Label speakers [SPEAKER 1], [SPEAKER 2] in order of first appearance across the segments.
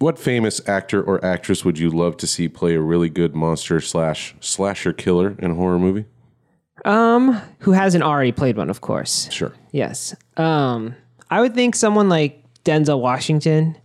[SPEAKER 1] What famous actor or actress would you love to see play a really good monster slash slasher killer in a horror movie?
[SPEAKER 2] Um, who hasn't already played one, of course.
[SPEAKER 1] Sure.
[SPEAKER 2] Yes. Um, I would think someone like Denzel Washington.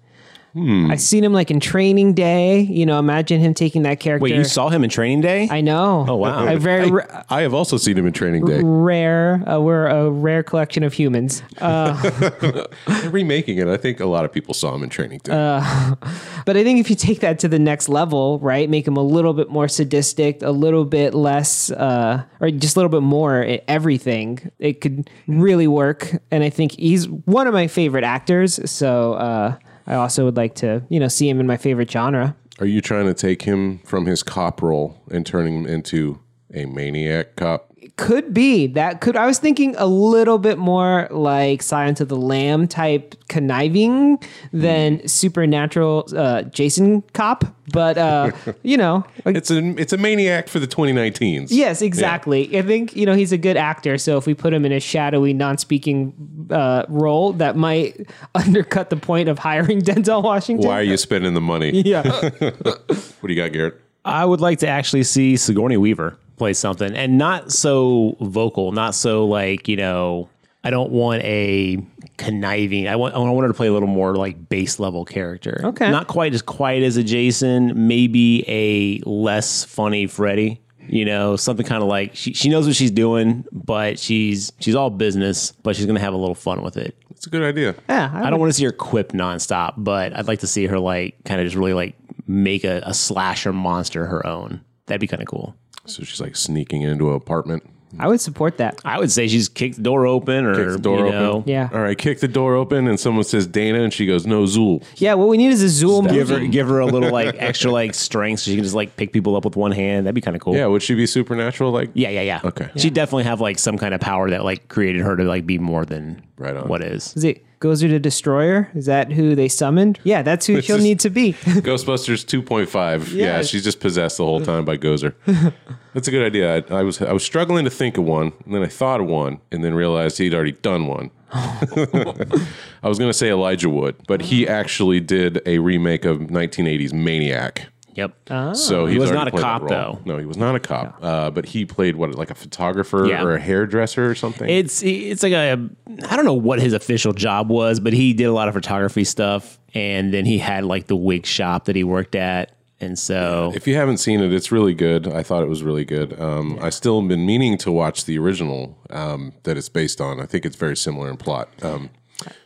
[SPEAKER 3] Hmm.
[SPEAKER 2] I've seen him like in Training Day. You know, imagine him taking that character.
[SPEAKER 3] Wait, you saw him in Training Day?
[SPEAKER 2] I know.
[SPEAKER 3] Oh, wow.
[SPEAKER 2] I very ra-
[SPEAKER 1] I have also seen him in Training
[SPEAKER 2] Mm-hmm.
[SPEAKER 1] Day.
[SPEAKER 2] rare. Uh, we're a rare collection of humans.
[SPEAKER 1] They're remaking it. I think a lot of people saw him in Training Day.
[SPEAKER 2] But I think if you take that to the next level, right, make him a little bit more sadistic, a little bit less, uh, or just a little bit more i- everything, it could really work. And I think he's one of my favorite actors. So uh, I also would like to, you know, see him in my favorite genre.
[SPEAKER 1] Are you trying to take him from his cop role and turning him into a maniac cop?
[SPEAKER 2] Could be that could. I was thinking a little bit more like Silence of the Lamb type conniving than supernatural uh, Jason Cop, but uh, you know,
[SPEAKER 1] It's a it's a maniac for the 2019s.
[SPEAKER 2] Yes, exactly. I think you know he's a good actor. So if we put him in a shadowy, non-speaking uh, role, that might undercut the point of hiring Denzel Washington.
[SPEAKER 1] Why are you spending the money?
[SPEAKER 2] Yeah,
[SPEAKER 1] What do you got, Garrett?
[SPEAKER 3] I would like to actually see Sigourney Weaver play something and not so vocal, not so like, you know, I don't want a conniving. I want I want her to play a little more like base level character.
[SPEAKER 2] Okay.
[SPEAKER 3] Not quite as quiet as a Jason, maybe a less funny Freddy. You know, something kind of like she, she knows what she's doing, but she's she's all business, but she's gonna have a little fun with it.
[SPEAKER 1] It's a good idea.
[SPEAKER 2] yeah.
[SPEAKER 3] I
[SPEAKER 2] I
[SPEAKER 3] don't want to see her quip nonstop, but I'd like to see her like kind of just really like make a, a slasher monster her own. That'd be kind of cool.
[SPEAKER 1] So she's like sneaking into an apartment.
[SPEAKER 2] would- I would support that.
[SPEAKER 3] I would say she's kicked the door open or
[SPEAKER 1] Kick the door
[SPEAKER 3] you
[SPEAKER 1] open.
[SPEAKER 3] know,
[SPEAKER 2] Yeah.
[SPEAKER 1] All right, kick the door open, and someone says Dana, and she goes, "No, Zool."
[SPEAKER 2] Yeah, what we need is a Zool
[SPEAKER 3] Give her
[SPEAKER 2] movie.
[SPEAKER 3] give her a little like extra like strength so she can just like pick people up with one hand. That'd be kind of cool.
[SPEAKER 1] Yeah, would she be supernatural? Like,
[SPEAKER 3] Yeah, yeah, yeah.
[SPEAKER 1] Okay.
[SPEAKER 3] She definitely have like some kind of power that like created her to like be more than
[SPEAKER 1] Right on.
[SPEAKER 3] what is.
[SPEAKER 2] Is it Gozer the Destroyer? Is that who they summoned? Yeah, that's who she'll
[SPEAKER 1] is-
[SPEAKER 2] need to be.
[SPEAKER 1] Ghostbusters 2.5. Yeah,
[SPEAKER 2] Yes.
[SPEAKER 1] she's just possessed the whole time by Gozer. That's a good idea. I, I was I was struggling to think of one, and then I thought of one, and then realized he'd already done one. I was gonna say Elijah Wood, but he actually did a remake of 1980s Maniac.
[SPEAKER 3] Yep.
[SPEAKER 1] So he
[SPEAKER 3] Oh. was not a cop, though.
[SPEAKER 1] No, he was not a cop. Uh, but he played what, like a photographer
[SPEAKER 3] Yeah.
[SPEAKER 1] or a hairdresser or something.
[SPEAKER 3] It's it's like a I don't know what his official job was, but he did a lot of photography stuff, and then he had like the wig shop that he worked at, and so
[SPEAKER 1] If you haven't seen it, it's really good. I thought it was really good. Um, I still have been meaning to watch the original um, that it's based on. I think it's very similar in plot. Um,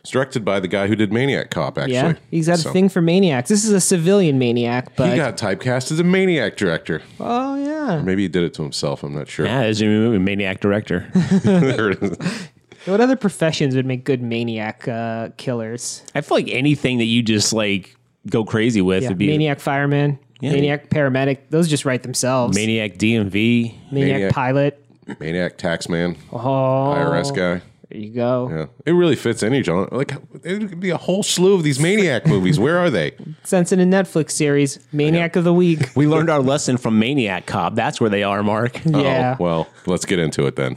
[SPEAKER 1] it's directed by the guy who did Maniac Cop, actually.
[SPEAKER 2] yeah, he's got
[SPEAKER 1] So,
[SPEAKER 2] a thing for maniacs. This is a civilian maniac, but
[SPEAKER 1] He got typecast as a maniac director.
[SPEAKER 2] oh yeah.
[SPEAKER 1] Maybe he did it to himself. I'm not sure.
[SPEAKER 3] yeah, as you movie maniac director.
[SPEAKER 1] There it is.
[SPEAKER 2] What other professions would make good maniac uh, killers?
[SPEAKER 3] I feel like anything that you just like go crazy with
[SPEAKER 2] Yeah,
[SPEAKER 3] would be
[SPEAKER 2] maniac fireman, maniac paramedic. Those just write themselves.
[SPEAKER 3] maniac DMV.
[SPEAKER 2] maniac,
[SPEAKER 1] Maniac.
[SPEAKER 2] pilot.
[SPEAKER 1] maniac tax man,
[SPEAKER 2] Oh,
[SPEAKER 1] IRS guy.
[SPEAKER 2] There you go.
[SPEAKER 1] Yeah, it really fits any genre. Like it could be a whole slew of these maniac movies. Where are they?
[SPEAKER 2] Since in a Netflix series, maniac of the week.
[SPEAKER 3] We learned our lesson from Maniac Cop. That's where they are, Mark.
[SPEAKER 2] yeah.
[SPEAKER 1] Oh, well, let's get into it then.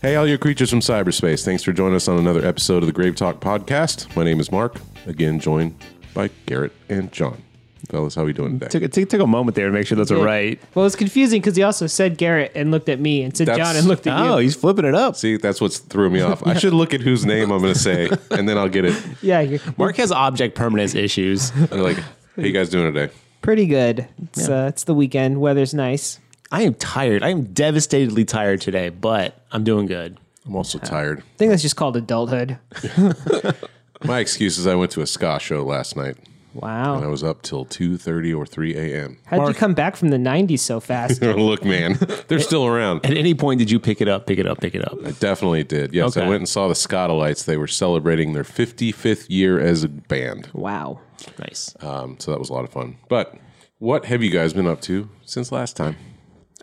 [SPEAKER 1] Hey, all you creatures from cyberspace. Thanks for joining us on another episode of the Grave Talk podcast. My name is Mark, again joined by Garrett and John. Fellas, how we doing today?
[SPEAKER 3] Took, a- took, took a moment there to make sure those are right.
[SPEAKER 2] Well, it's confusing because he also said Garrett and looked at me and said
[SPEAKER 1] That's-
[SPEAKER 2] John and looked at
[SPEAKER 3] Oh,
[SPEAKER 2] you.
[SPEAKER 3] he's flipping it up.
[SPEAKER 1] See, that's what threw me off. I should look at whose name I'm going to say, and then I'll get it.
[SPEAKER 2] Yeah, you're
[SPEAKER 3] Mark has object permanence issues.
[SPEAKER 1] I'm like, how you guys doing today?
[SPEAKER 2] pretty good. It's, uh, it's the weekend. Weather's nice.
[SPEAKER 3] I am tired. I am devastatedly tired today, but I'm doing good.
[SPEAKER 1] I'm also tired.
[SPEAKER 2] I think that's just called adulthood.
[SPEAKER 1] My excuse is I went to a ska show last night. I
[SPEAKER 2] Wow.
[SPEAKER 1] was up till two thirty or three a.m.
[SPEAKER 2] How'd you come back from the 90s so fast?
[SPEAKER 1] Look, man, they're still around.
[SPEAKER 3] At any point, did you pick it up? Pick it up? Pick it up?
[SPEAKER 1] I definitely did. Yes, I
[SPEAKER 3] Okay.
[SPEAKER 1] went and saw the Scottolites. They were celebrating their 55th year as a band,
[SPEAKER 2] wow.
[SPEAKER 3] Nice.
[SPEAKER 1] um, so that was a lot of fun. But what have you guys been up to since last time?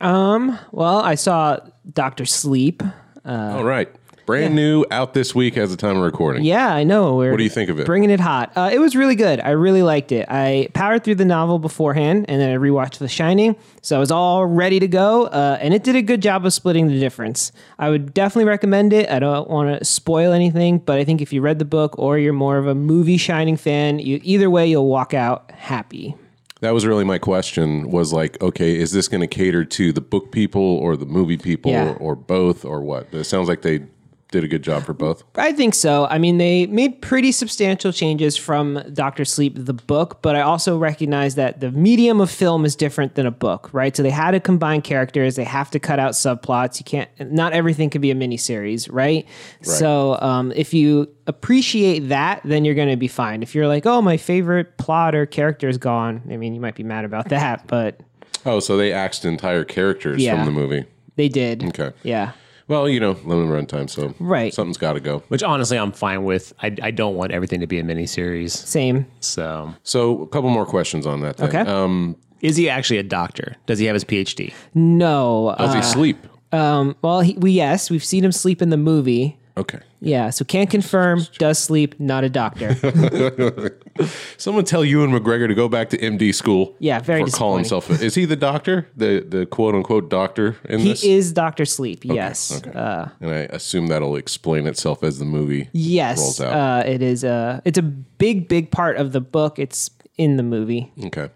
[SPEAKER 2] Well, I saw Dr. Sleep.
[SPEAKER 1] All right, Brand new, out this week as the time of recording.
[SPEAKER 2] Yeah, I know. We're
[SPEAKER 1] What do you think of it?
[SPEAKER 2] Bringing it hot. Uh, it was really good. I really liked it. I powered through the novel beforehand, and then I rewatched The Shining, so I was all ready to go. Uh, and it did a good job of splitting the difference. I would definitely recommend it. I don't want to spoil anything, but I think if you read the book or you're more of a movie Shining fan, you, either way, you'll walk out happy.
[SPEAKER 1] That was really my question was like, okay, is this going to cater to the book people or the movie people
[SPEAKER 2] Yeah.
[SPEAKER 1] or, or both or what? But it sounds like they did a good job for both.
[SPEAKER 2] I think so. I mean, they made pretty substantial changes from Doctor Sleep, the book, but I also recognize that the medium of film is different than a book, right? So they had to combine characters. They have to cut out subplots. You can't. Not everything can be a miniseries, right? So um, if you appreciate that, then you're going to be fine. If you're like, oh, my favorite plot or character is gone, I mean, you might be mad about that, but
[SPEAKER 1] Oh, so they axed entire characters
[SPEAKER 2] Yeah.
[SPEAKER 1] from the movie.
[SPEAKER 2] they did.
[SPEAKER 1] Okay.
[SPEAKER 2] Yeah.
[SPEAKER 1] Well, you know, limited run time, so
[SPEAKER 2] Right.
[SPEAKER 1] something's got to go.
[SPEAKER 3] Which honestly, I'm fine with. I, I don't want everything to be a miniseries.
[SPEAKER 2] Same.
[SPEAKER 3] So,
[SPEAKER 1] So, a couple more questions on that. Thing.
[SPEAKER 2] Okay.
[SPEAKER 1] Um,
[SPEAKER 3] is he actually a doctor? Does he have his PhD?
[SPEAKER 2] No.
[SPEAKER 1] does
[SPEAKER 2] Uh, um,
[SPEAKER 1] he sleep?
[SPEAKER 2] well, he, we yes, we've seen him sleep in the movie.
[SPEAKER 1] Okay.
[SPEAKER 2] Yeah, so can't confirm, does sleep, not a doctor.
[SPEAKER 1] Someone tell Ewan McGregor to go back to MD school.
[SPEAKER 2] Yeah, very
[SPEAKER 1] Or call
[SPEAKER 2] disappointing.
[SPEAKER 1] himself. A, is he the doctor? The the quote unquote doctor in
[SPEAKER 2] he
[SPEAKER 1] this?
[SPEAKER 2] is Dr. Sleep, yes. Uh,
[SPEAKER 1] and I assume that'll explain itself as the movie.
[SPEAKER 2] yes,
[SPEAKER 1] Rolls out.
[SPEAKER 2] uh, it is a, it's a big, big part of the book. It's in the movie.
[SPEAKER 1] Okay.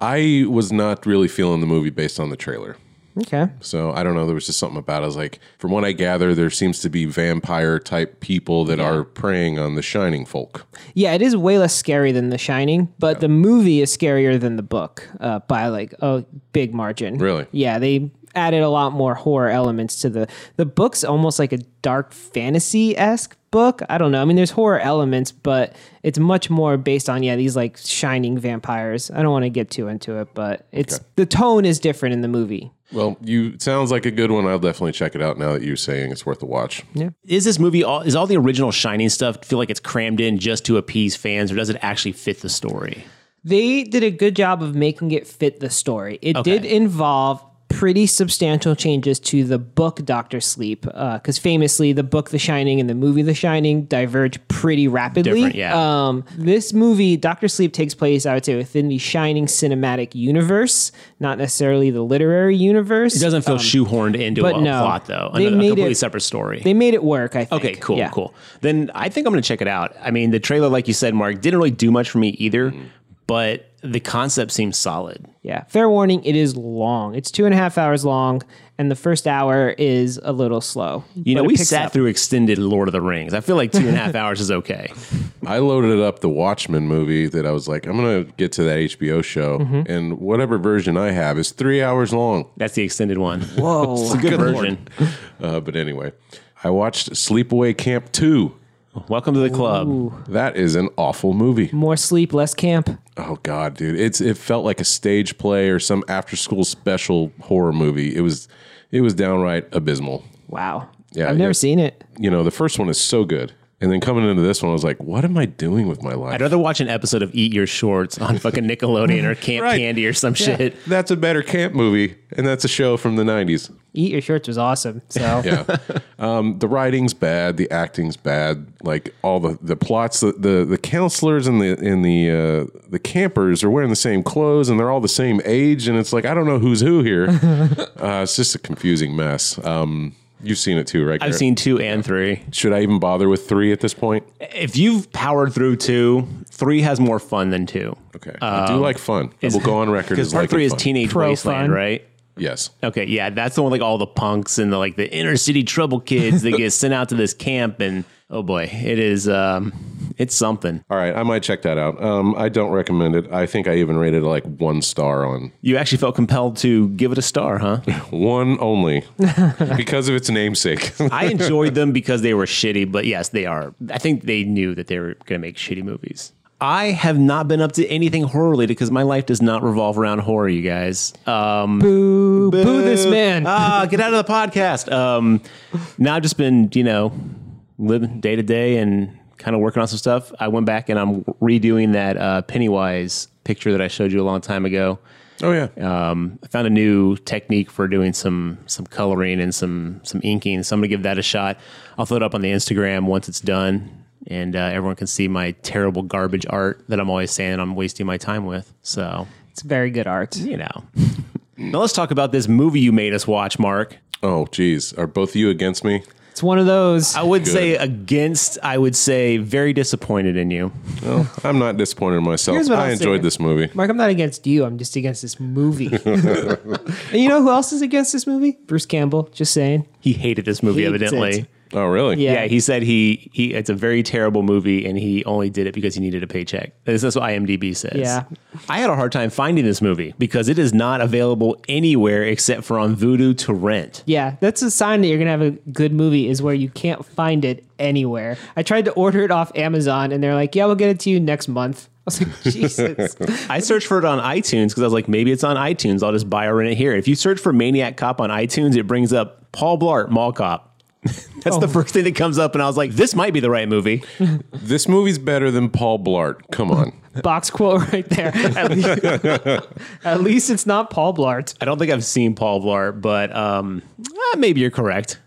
[SPEAKER 1] I was not really feeling the movie based on the trailer.
[SPEAKER 2] Okay.
[SPEAKER 1] So I don't know. There was just something about. It. I was like, from what I gather, there seems to be vampire type people that are preying on the shining folk.
[SPEAKER 2] Yeah, it is way less scary than The Shining, but the movie is scarier than the book uh, by like a big margin.
[SPEAKER 1] Really?
[SPEAKER 2] Yeah, they added a lot more horror elements to the the book's almost like a dark fantasy esque book. I don't know. I mean, there's horror elements, but it's much more based on yeah these like shining vampires. I don't want to get too into it, but it's the tone is different in the movie.
[SPEAKER 1] Well, you it sounds like a good one. I'll definitely check it out now that you're saying it's worth a watch.
[SPEAKER 3] Is this movie all? Is all the original Shining stuff feel like it's crammed in just to appease fans, or does it actually fit the story?
[SPEAKER 2] they did a good job of making it fit the story. It did involve pretty substantial changes to the book Doctor Sleep, because famously the book The Shining and the movie The Shining diverge pretty rapidly.
[SPEAKER 3] Different, yeah.
[SPEAKER 2] Um, this movie Doctor Sleep takes place, I would say, within the Shining cinematic universe, not necessarily the literary universe.
[SPEAKER 3] It doesn't feel shoehorned into a,
[SPEAKER 2] but no.
[SPEAKER 3] plot though.
[SPEAKER 2] They
[SPEAKER 3] a, a
[SPEAKER 2] made
[SPEAKER 3] completely
[SPEAKER 2] it-
[SPEAKER 3] separate story.
[SPEAKER 2] They made it work. I think.
[SPEAKER 3] Okay, cool,
[SPEAKER 2] Yeah.
[SPEAKER 3] cool. Then I think I'm going to check it out. I mean, the trailer, like you said, Mark, didn't really do much for me either, but the concept seems solid.
[SPEAKER 2] Yeah. Fair warning, it is long. It's two and a half hours long, and the first hour is a little slow.
[SPEAKER 3] You
[SPEAKER 2] But
[SPEAKER 3] know,
[SPEAKER 2] it
[SPEAKER 3] we
[SPEAKER 2] picks
[SPEAKER 3] sat
[SPEAKER 2] up.
[SPEAKER 3] through extended Lord of the Rings. I feel like two and a half hours is okay.
[SPEAKER 1] I loaded up the Watchmen movie that I was like, I'm gonna get to that HBO show, and whatever version I have is three hours long.
[SPEAKER 3] That's the extended one.
[SPEAKER 2] Whoa.
[SPEAKER 3] It's a good, version.
[SPEAKER 1] Uh, but anyway, I watched Sleepaway Camp Two.
[SPEAKER 3] Welcome to the club.
[SPEAKER 1] That is an awful movie.
[SPEAKER 2] More sleep, less camp.
[SPEAKER 1] Oh god, dude. It's it felt like a stage play or some after school special horror movie. It was it was downright abysmal.
[SPEAKER 2] Wow.
[SPEAKER 1] Yeah,
[SPEAKER 2] I've never
[SPEAKER 1] yeah.
[SPEAKER 2] seen it.
[SPEAKER 1] You know, the first one is so good. And then coming into this one, I was like, what am I doing with my life?
[SPEAKER 3] I'd rather watch an episode of Eat Your Shorts on fucking Nickelodeon or Camp
[SPEAKER 1] Right.
[SPEAKER 3] Candy or some shit.
[SPEAKER 1] That's a better camp movie, and that's a show from the nineties.
[SPEAKER 2] Eat Your Shorts was awesome. So
[SPEAKER 1] Yeah. um, the writing's bad, the acting's bad, like all the, the plots, the, the, the counselors and the and the uh, the campers are wearing the same clothes and they're all the same age, and it's like I don't know who's who here. uh, it's just a confusing mess. Um, you've seen it too, right?
[SPEAKER 3] I've
[SPEAKER 1] Garrett?
[SPEAKER 3] seen two and three.
[SPEAKER 1] Should I even bother with three at this point?
[SPEAKER 3] If you've powered through two, three has more fun than two.
[SPEAKER 1] Okay, I do like fun. I will go on record
[SPEAKER 3] Um, Because
[SPEAKER 1] as
[SPEAKER 3] part
[SPEAKER 1] liking
[SPEAKER 3] three is
[SPEAKER 1] fun.
[SPEAKER 3] Teenage
[SPEAKER 2] Pro
[SPEAKER 3] Wasteland,
[SPEAKER 2] fun.
[SPEAKER 3] right?
[SPEAKER 1] Yes,
[SPEAKER 3] Okay, yeah, that's the one like all the punks and the like the inner city trouble kids that get sent out to this camp and oh boy, it is um it's something.
[SPEAKER 1] all right. I might check that out. Um, I don't recommend it. I think I even rated it like one star on
[SPEAKER 3] You actually felt compelled to give it a star, huh?
[SPEAKER 1] one only because of its namesake.
[SPEAKER 3] I enjoyed them because they were shitty, but yes, they are. I think they knew that they were going to make shitty movies. I have not been up to anything horror related because my life does not revolve around horror, you guys. Um,
[SPEAKER 2] boo, boo, this man.
[SPEAKER 3] ah, get out of the podcast. Um, now I've just been, you know, living day to day and kind of working on some stuff. I went back and I'm redoing that uh, Pennywise picture that I showed you a long time ago.
[SPEAKER 1] Oh yeah.
[SPEAKER 3] Um, I found a new technique for doing some some coloring and some some inking. So I'm gonna give that a shot. I'll throw it up on the Instagram once it's done, and uh, everyone can see my terrible garbage art that I'm always saying I'm wasting my time with. So
[SPEAKER 2] It's very good art.
[SPEAKER 3] you know. now let's talk about this movie you made us watch, Mark.
[SPEAKER 1] Oh geez, are both of you against me?
[SPEAKER 2] It's one of those.
[SPEAKER 3] I would
[SPEAKER 1] Good.
[SPEAKER 3] say against. I would say very disappointed in you.
[SPEAKER 1] Well, I'm not disappointed in myself.
[SPEAKER 2] Here's what
[SPEAKER 1] I
[SPEAKER 2] I'll
[SPEAKER 1] enjoyed
[SPEAKER 2] say.
[SPEAKER 1] this movie.
[SPEAKER 2] Mark, I'm not against you. I'm just against this movie. and you know who else is against this movie? Bruce Campbell. Just saying.
[SPEAKER 3] He hated this movie,
[SPEAKER 2] Hates
[SPEAKER 3] evidently.
[SPEAKER 2] it.
[SPEAKER 1] Oh really?
[SPEAKER 2] Yeah.
[SPEAKER 3] Yeah, he said he, he it's a very terrible movie and he only did it because he needed a paycheck. This is what IMDb says.
[SPEAKER 2] Yeah.
[SPEAKER 3] I had a hard time finding this movie because it is not available anywhere except for on Vudu to rent.
[SPEAKER 2] Yeah, that's a sign that you're gonna have a good movie is where you can't find it anywhere. I tried to order it off Amazon, and they're like, "Yeah, we'll get it to you next month." I was like, "Jesus!"
[SPEAKER 3] I searched for it on iTunes because I was like, maybe it's on iTunes. I'll just buy or rent it here. If you search for Maniac Cop on iTunes, it brings up Paul Blart, Mall Cop. That's the first thing that comes up, and I was like, this might be the right movie.
[SPEAKER 1] This movie's better than Paul Blart. Come on.
[SPEAKER 2] Box quote right there. At least, at least it's not Paul Blart.
[SPEAKER 3] I don't think I've seen Paul Blart, but um, eh, maybe you're correct.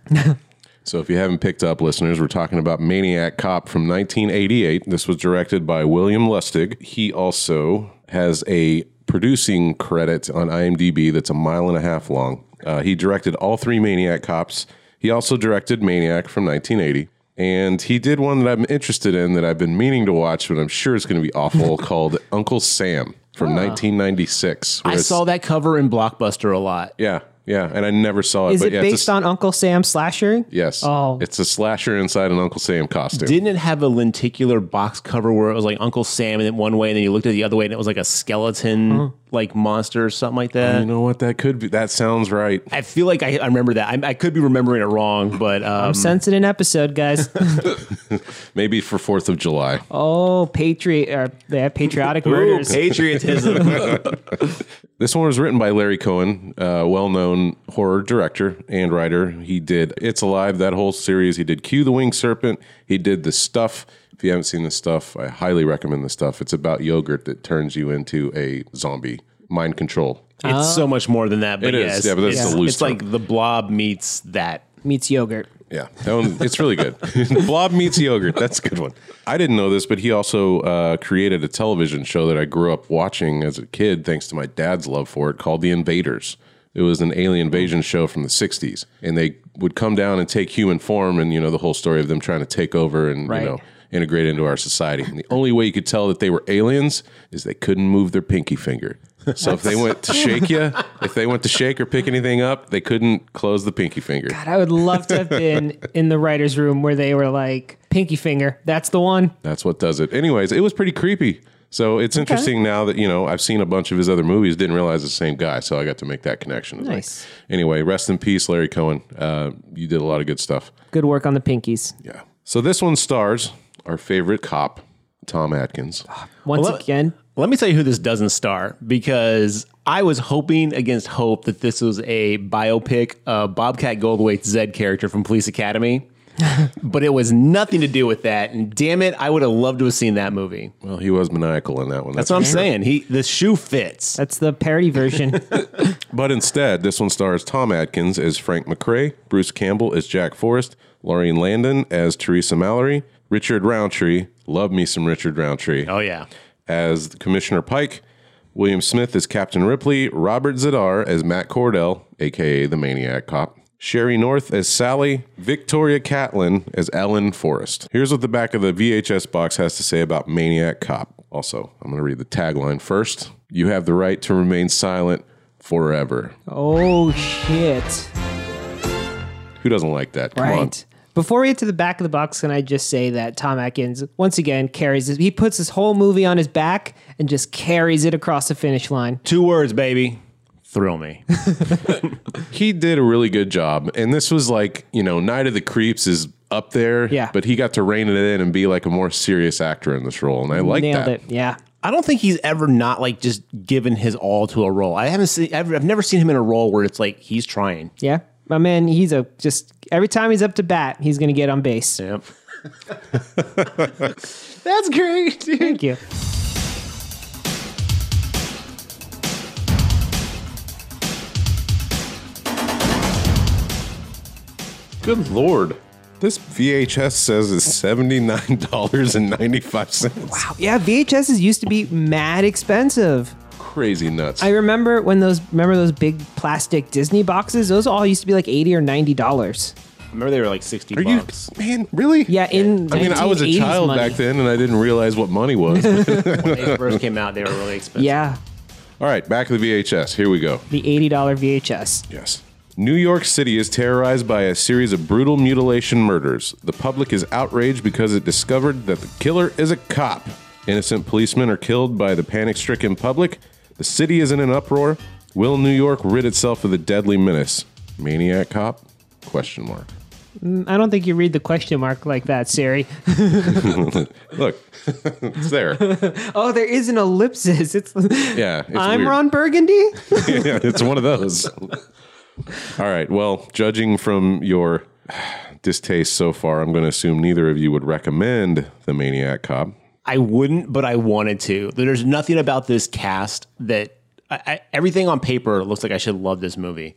[SPEAKER 1] So, if you haven't picked up, listeners, we're talking about Maniac Cop from 1988. This was directed by William Lustig. He also has a producing credit on IMDb that's a mile and a half long. Uh, he directed all three Maniac Cops. He also directed Maniac from 1980. And he did one that I'm interested in that I've been meaning to watch, but I'm sure it's going to be awful, called Uncle Sam from
[SPEAKER 2] Ah.
[SPEAKER 1] 1996. where
[SPEAKER 3] I
[SPEAKER 1] it's-
[SPEAKER 3] saw that cover in Blockbuster a lot.
[SPEAKER 1] Yeah, yeah. And I never saw it.
[SPEAKER 2] Is
[SPEAKER 1] but
[SPEAKER 2] it
[SPEAKER 1] yeah,
[SPEAKER 2] based
[SPEAKER 1] it's a, Mm.
[SPEAKER 2] on Uncle Sam slasher?
[SPEAKER 1] Yes.
[SPEAKER 2] Oh.
[SPEAKER 1] It's a slasher inside an Uncle Sam costume.
[SPEAKER 3] Didn't it have a lenticular box cover where it was like Uncle Sam in one way, and then you looked at the other way, and it was like a skeleton like monster or something like that?
[SPEAKER 1] You know what? That could be. That sounds right.
[SPEAKER 3] I feel like I, I remember that. I, I could be remembering it wrong, but um,
[SPEAKER 2] Sense it an episode, guys.
[SPEAKER 1] Maybe for Fourth of July.
[SPEAKER 2] oh, patriot or they have patriotic murders.
[SPEAKER 3] patriotism.
[SPEAKER 1] This one was written by Larry Cohen, uh, well-known horror director and writer. He did It's Alive, that whole series. He did Cue the Winged Serpent. He did The Stuff. If you haven't seen The Stuff, I highly recommend The Stuff. It's about yogurt that turns you into a zombie. Mind control.
[SPEAKER 3] it's so much more than that, but
[SPEAKER 1] It is.
[SPEAKER 3] yes,
[SPEAKER 1] Yeah, but that's
[SPEAKER 3] it's,
[SPEAKER 1] the loose
[SPEAKER 3] it's like the blob meets that.
[SPEAKER 2] meets yogurt.
[SPEAKER 1] Yeah, that one, it's really good. Blob meets yogurt. That's a good one. I didn't know this, but he also uh, created a television show that I grew up watching as a kid, thanks to my dad's love for it, called The Invaders. It was an alien invasion show from the '60s, and they would come down and take human form, and you know the whole story of them trying to take over and
[SPEAKER 2] Right.
[SPEAKER 1] you know integrate into our society. And the only way you could tell that they were aliens is they couldn't move their pinky finger. So if they went to shake you, if they went to shake or pick anything up, they couldn't close the pinky finger.
[SPEAKER 2] God, I would love to have been in the writers' room where they were like, "Pinky finger, that's the one."
[SPEAKER 1] That's what does it. Anyways, it was pretty creepy. So it's interesting now that you know I've seen a bunch of his other movies. Didn't realize it's the same guy, so I got to make that connection. It's like-
[SPEAKER 2] Nice.
[SPEAKER 1] anyway, rest in peace, Larry Cohen. Uh, you did a lot of good stuff.
[SPEAKER 2] Good work on the pinkies.
[SPEAKER 1] Yeah. So this one stars our favorite cop, Tom Atkins.
[SPEAKER 2] Once
[SPEAKER 3] Well,
[SPEAKER 2] again,
[SPEAKER 3] Let me tell you who this doesn't star because I was hoping against hope that this was a biopic of Bobcat Goldthwait's Zed character from Police Academy, but it was nothing to do with that. And damn it, I would have loved to have seen that movie.
[SPEAKER 1] Well, he was maniacal in that one.
[SPEAKER 3] That's what I'm saying. He the shoe fits.
[SPEAKER 2] that's the parody version.
[SPEAKER 1] But instead, this one stars Tom Atkins as Frank McRae, Bruce Campbell as Jack Forrest, Lauren Landon as Teresa Mallory, Richard Roundtree. Love me some Richard Roundtree.
[SPEAKER 3] Oh yeah,
[SPEAKER 1] as Commissioner Pike, William Smith as Captain Ripley, Robert Zadar as Matt Cordell, aka the Maniac Cop, Sherry North as Sally, Victoria Catlin as Ellen Forrest. Here's what the back of the VHS box has to say about Maniac Cop. Also, I'm going to read the tagline first. You have the right to remain silent forever.
[SPEAKER 2] oh shit!
[SPEAKER 1] Who doesn't like that? Come on.
[SPEAKER 2] Right. Before we get to the back of the box, can I just say that Tom Atkins once again carries this? He puts this whole movie on his back and just carries it across the finish line.
[SPEAKER 3] two words, baby. Thrill me.
[SPEAKER 1] he did a really good job. And this was like, you know, Night of the Creeps is up there.
[SPEAKER 2] Yeah.
[SPEAKER 1] But he got to rein it in and be like a more serious actor in this role. And I like
[SPEAKER 2] Nailed
[SPEAKER 1] that.
[SPEAKER 2] it. Yeah.
[SPEAKER 3] I don't think he's ever not like just given his all to a role. I haven't seen. I've, I've never seen him in a role where it's like he's trying.
[SPEAKER 2] Yeah. My man, he's a just every time he's up to bat, he's going to get on base.
[SPEAKER 3] Yep. That's great, dude.
[SPEAKER 2] Thank you.
[SPEAKER 1] Good lord. This VHS says it's $79.95. Wow.
[SPEAKER 2] Yeah, VHSs used to be mad expensive.
[SPEAKER 1] Crazy nuts.
[SPEAKER 2] I remember when those remember those big plastic Disney boxes. Those all used to be like eighty or ninety dollars.
[SPEAKER 3] Remember they were like sixty
[SPEAKER 1] Are you,
[SPEAKER 3] bucks.
[SPEAKER 1] man, really?
[SPEAKER 2] Yeah, in
[SPEAKER 1] I mean, I was a child back then and I didn't realize what money was. All
[SPEAKER 3] when they first came out, they were really expensive.
[SPEAKER 2] Yeah,
[SPEAKER 1] right, back to the VHS. Here we go.
[SPEAKER 2] the eighty dollar VHS.
[SPEAKER 1] Yes. New York City is terrorized by a series of brutal mutilation murders. The public is outraged because it discovered that the killer is a cop. Innocent policemen are killed by the panic stricken public. The city is in an uproar. Will New York rid itself of the deadly menace? Maniac cop? Question mark.
[SPEAKER 2] I don't think you read the question mark like that, Siri.
[SPEAKER 1] Look, it's there.
[SPEAKER 2] Oh, there is an ellipsis. It's
[SPEAKER 1] Yeah. It's
[SPEAKER 2] I'm
[SPEAKER 1] weird.
[SPEAKER 2] Ron Burgundy.
[SPEAKER 1] yeah, it's one of those. All right. Well, judging from your distaste so far, I'm going to assume neither of you would recommend The Maniac Cop.
[SPEAKER 3] I wouldn't, but I wanted to. There's nothing about this cast that I, I, everything on paper looks like I should love this movie,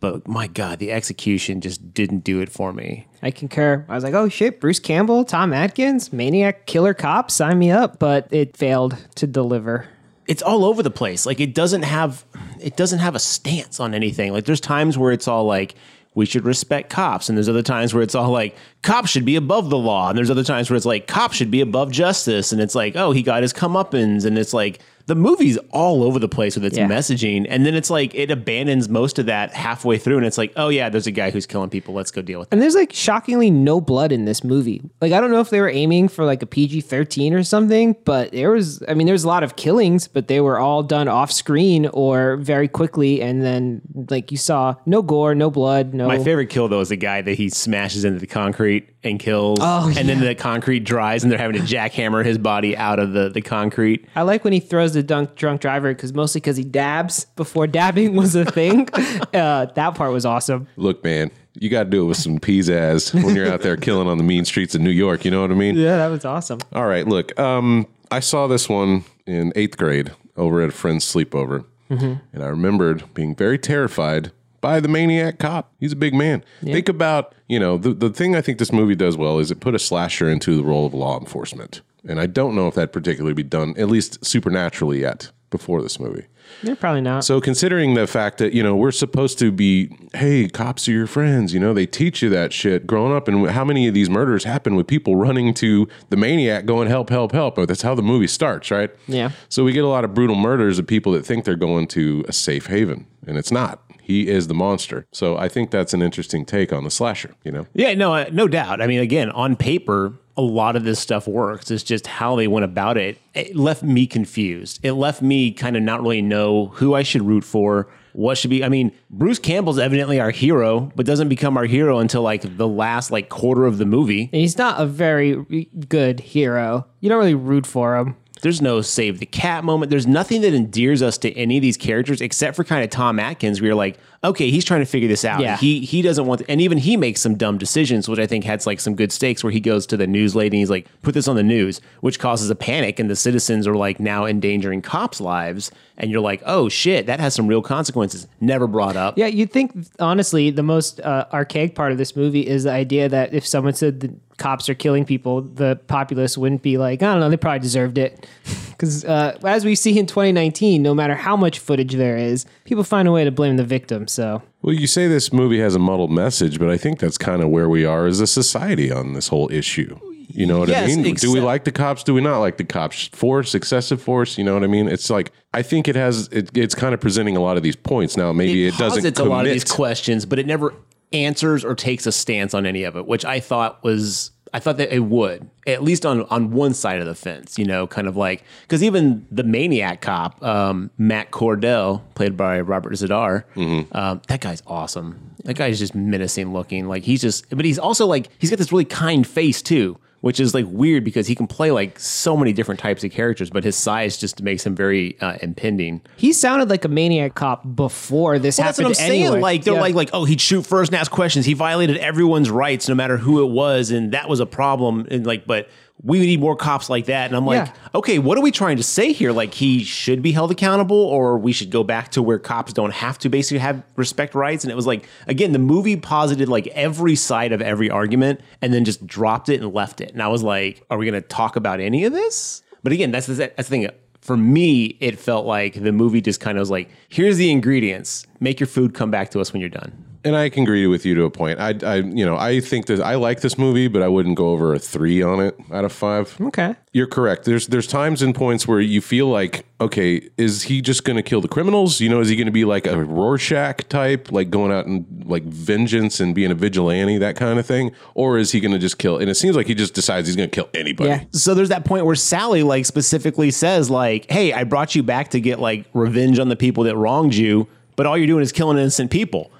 [SPEAKER 3] but my god, the execution just didn't do it for me.
[SPEAKER 2] I concur. I was like, oh shit, Bruce Campbell, Tom Atkins, maniac killer cop, sign me up. But it failed to deliver.
[SPEAKER 3] it's all over the place. Like it doesn't have it doesn't have a stance on anything. Like there's times where it's all like we should respect cops and there's other times where it's all like cops should be above the law and there's other times where it's like cops should be above justice and it's like oh he got his comeuppance and it's like the movie's all over the place with its
[SPEAKER 2] Yeah.
[SPEAKER 3] messaging and then it's like it abandons most of that halfway through and it's like oh yeah there's a guy who's killing people let's go deal with it.
[SPEAKER 2] And there's like shockingly no blood in this movie. Like I don't know if they were aiming for like a PG-13 or something, but there was I mean there was a lot of killings, but they were all done off screen or very quickly and then like you saw no gore, no blood, no
[SPEAKER 3] My favorite kill though is the guy that he smashes into the concrete and kills,
[SPEAKER 2] Oh,
[SPEAKER 3] and then the concrete dries, and they're having to jackhammer his body out of the, the concrete.
[SPEAKER 2] I like when he throws the dunk drunk driver because mostly because he dabs before dabbing was a thing. uh, that part was awesome.
[SPEAKER 1] Look, man, you got to do it with some peas ass when you're out there killing on the mean streets of New York. You know what I mean?
[SPEAKER 2] Yeah, that was awesome.
[SPEAKER 1] All right. Look, um, I saw this one in eighth grade over at a friend's sleepover. And I remembered being very terrified by the maniac cop. He's a big man. Think about, you know, the, the thing I think this movie does well is it put a slasher into the role of law enforcement. And I don't know if that particularly be done, at least supernaturally yet, before this movie.
[SPEAKER 2] Yeah, probably not.
[SPEAKER 1] So considering the fact that you know we're supposed to be, hey, cops are your friends. You know they teach you that shit growing up, and how many of these murders happen with people running to the maniac, going help, help, help. But that's how the movie starts, right?
[SPEAKER 2] Yeah.
[SPEAKER 1] So we get a lot of brutal murders of people that think they're going to a safe haven, and it's not. He is the monster. So I think that's an interesting take on the slasher. You know,
[SPEAKER 3] Yeah, no, uh, no doubt. I mean, again, on paper, a lot of this stuff works. It's just how they went about it. It left me confused. It left me kind of not really know who I should root for. What should be? I mean, Bruce Campbell's evidently our hero, but doesn't become our hero until like the last like quarter of the movie.
[SPEAKER 2] And he's not a very good hero. You don't really root for him.
[SPEAKER 3] There's no save the cat moment. There's nothing that endears us to any of these characters except for kind of Tom Atkins, where you're like, okay, he's trying to figure this out.
[SPEAKER 2] Yeah.
[SPEAKER 3] He he doesn't want, and even he makes some dumb decisions, which I think has like some good stakes, where he goes to the news lady and he's like, put this on the news, which causes a panic, and the citizens are like now endangering cops' lives, and you're like, oh shit, that has some real consequences. Never brought up.
[SPEAKER 2] Yeah, you'd think, honestly, the most uh, archaic part of this movie is the idea that if someone said the cops are killing people, the populace wouldn't be like, I don't know, they probably deserved it. Because uh, as we see in 2019, no matter how much footage there is, people find a way to blame the victim. So
[SPEAKER 1] Well, you say this movie has a muddled message, but I think that's kind of where we are as a society on this whole issue. You know what
[SPEAKER 3] Yes,
[SPEAKER 1] I mean? do we
[SPEAKER 3] except-
[SPEAKER 1] like the cops? Do we not like the cops? Force, excessive force. You know what I mean? It's like I think it has. It, it's kind of presenting a lot of these points now. Maybe it, doesn't.
[SPEAKER 3] posits a lot of these
[SPEAKER 1] commit.
[SPEAKER 3] questions, but it never answers or takes a stance on any of it, which I thought was I thought that it would at least on on one side of the fence, you know, kind of like because even the maniac cop um, Matt Cordell, played by Robert Zadar,
[SPEAKER 1] Mm-hmm.
[SPEAKER 3] um, that guy's awesome. That guy's just menacing looking, like he's just, but he's also like he's got this really kind face too. Which is like weird because he can play like so many different types of characters, but his size just makes him very uh, impending.
[SPEAKER 2] he sounded like a maniac cop before this
[SPEAKER 3] Well, that's
[SPEAKER 2] happened.
[SPEAKER 3] what I'm saying.
[SPEAKER 2] anyway.
[SPEAKER 3] Like they're
[SPEAKER 2] Yeah.
[SPEAKER 3] like, like, oh, he'd shoot first and ask questions. He violated everyone's rights, no matter who it was, and that was a problem. And like, but we need more cops like that. And I'm like,
[SPEAKER 2] Yeah.
[SPEAKER 3] okay, what are we trying to say here? Like he should be held accountable, or we should go back to where cops don't have to basically have respect rights. And it was like, again, the movie posited like every side of every argument, and then just dropped it and left it. And I was like, are we going to talk about any of this? But again, that's the, that's the thing. For me, it felt like the movie just kind of was like, here's the ingredients. Make your food come back to us when you're done.
[SPEAKER 1] and I can agree with you to a point. I, I, you know, I think that I like this movie, but I wouldn't go over a three on it out of five.
[SPEAKER 2] Okay.
[SPEAKER 1] You're correct. There's there's times and points where you feel like, okay, is he just going to kill the criminals? You know, is he going to be like a Rorschach type, like going out and like vengeance and being a vigilante, that kind of thing, or is he going to just kill? And it seems like he just decides he's going to kill anybody.
[SPEAKER 2] Yeah.
[SPEAKER 3] so there's that point where Sally like specifically says like, "Hey, I brought you back to get like revenge on the people that wronged you, but all you're doing is killing innocent people."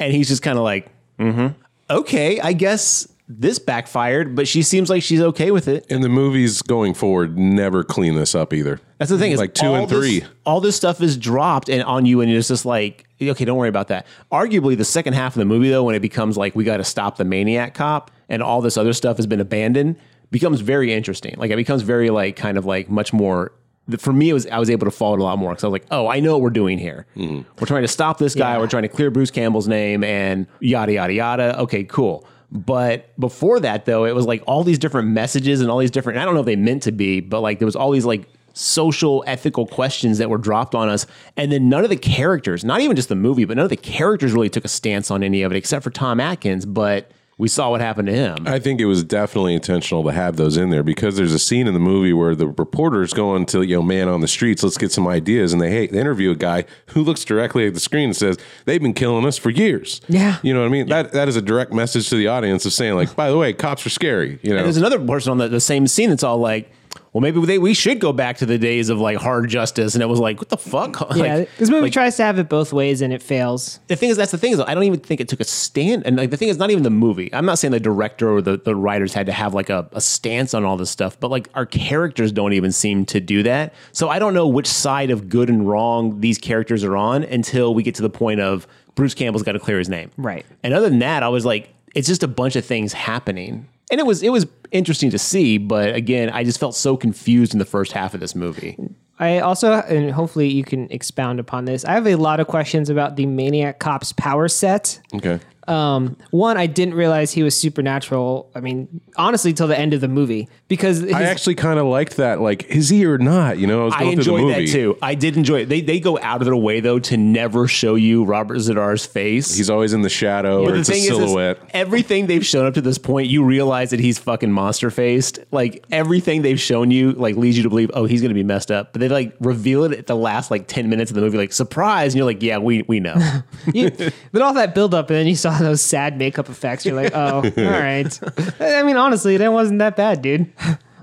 [SPEAKER 3] And he's just kind of like, "Mm-hmm. Okay, I guess this backfired, but she seems like she's okay with it."
[SPEAKER 1] And the movies going forward never clean this up either.
[SPEAKER 3] That's the thing. Is
[SPEAKER 1] Like two
[SPEAKER 3] all
[SPEAKER 1] and
[SPEAKER 3] this-
[SPEAKER 1] three.
[SPEAKER 3] all this stuff is dropped and on you, and it's just like, okay, don't worry about that. Arguably, the second half of the movie, though, when it becomes like we got to stop the maniac cop, and all this other stuff has been abandoned, becomes very interesting. Like it becomes very like kind of like much more. the- For me, it was I was able to follow it a lot more because I was like, oh, I know what we're doing here.
[SPEAKER 1] Mm-hmm.
[SPEAKER 3] We're trying to stop this guy. We're trying to clear Bruce Campbell's name and yada yada yada. Okay, cool. But before that, though, it was like all these different messages and all these different. and I don't know if they meant to be, but like there was all these like social ethical questions that were dropped on us and then none of the characters not even just the movie but none of the characters really took a stance on any of it except for tom atkins but we saw what happened to him
[SPEAKER 1] I think it was definitely intentional to have those in there because there's a scene in the movie where the reporter's going to, you know, man on the streets, let's get some ideas. And they, hey, they interview a guy who looks directly at the screen and says, they've been killing us for years.
[SPEAKER 2] Yeah.
[SPEAKER 1] You know what I mean? That That is a direct message to the audience of saying, like, by the way, cops are scary. You know,
[SPEAKER 3] there's another person on the, the same scene that's all like well maybe they, we should go back to the days of like hard justice and it was like what the fuck
[SPEAKER 2] Yeah.
[SPEAKER 3] Like-
[SPEAKER 2] this movie
[SPEAKER 3] like-
[SPEAKER 2] tries to have it both ways and it fails.
[SPEAKER 3] the thing is that's the thing is though, I don't even think it took a stand and like the thing is not even the movie. I'm not saying the director or the, the writers had to have like a, a stance on all this stuff, but like our characters don't even seem to do that. So I don't know which side of good and wrong these characters are on until we get to the point of Bruce Campbell's got to clear his name.
[SPEAKER 2] Right.
[SPEAKER 3] And other than that, I was like, it's just a bunch of things happening. And it was it was interesting to see, but again, I just felt so confused in the first half of this movie.
[SPEAKER 2] I also, and hopefully you can expound upon this. I have a lot of questions about the Maniac Cops power set.
[SPEAKER 1] okay.
[SPEAKER 2] Um, one, I didn't realize he was supernatural. I mean, honestly, till the end of the movie, because his,
[SPEAKER 1] I actually kind of liked that. Like, is he or not? You know, I was
[SPEAKER 3] I
[SPEAKER 1] going through the
[SPEAKER 3] enjoyed
[SPEAKER 1] movie.
[SPEAKER 3] that too. I did enjoy it. They they go out of their way though to never show you Robert Zadar's face.
[SPEAKER 1] He's always in the shadow or
[SPEAKER 3] the
[SPEAKER 1] it's a silhilouette.
[SPEAKER 3] everything they've shown up to this point, you realize that he's fucking monster faced. Like everything they've shown you, like leads you to believe, oh, he's gonna be messed up. But they like reveal it at the last like ten minutes of the movie, like surprise, and you're like, yeah, we we know.
[SPEAKER 2] you, but all that buildup, and then you saw those sad makeup effects. You're like, oh, all right. I mean, honestly, that wasn't that bad, dude.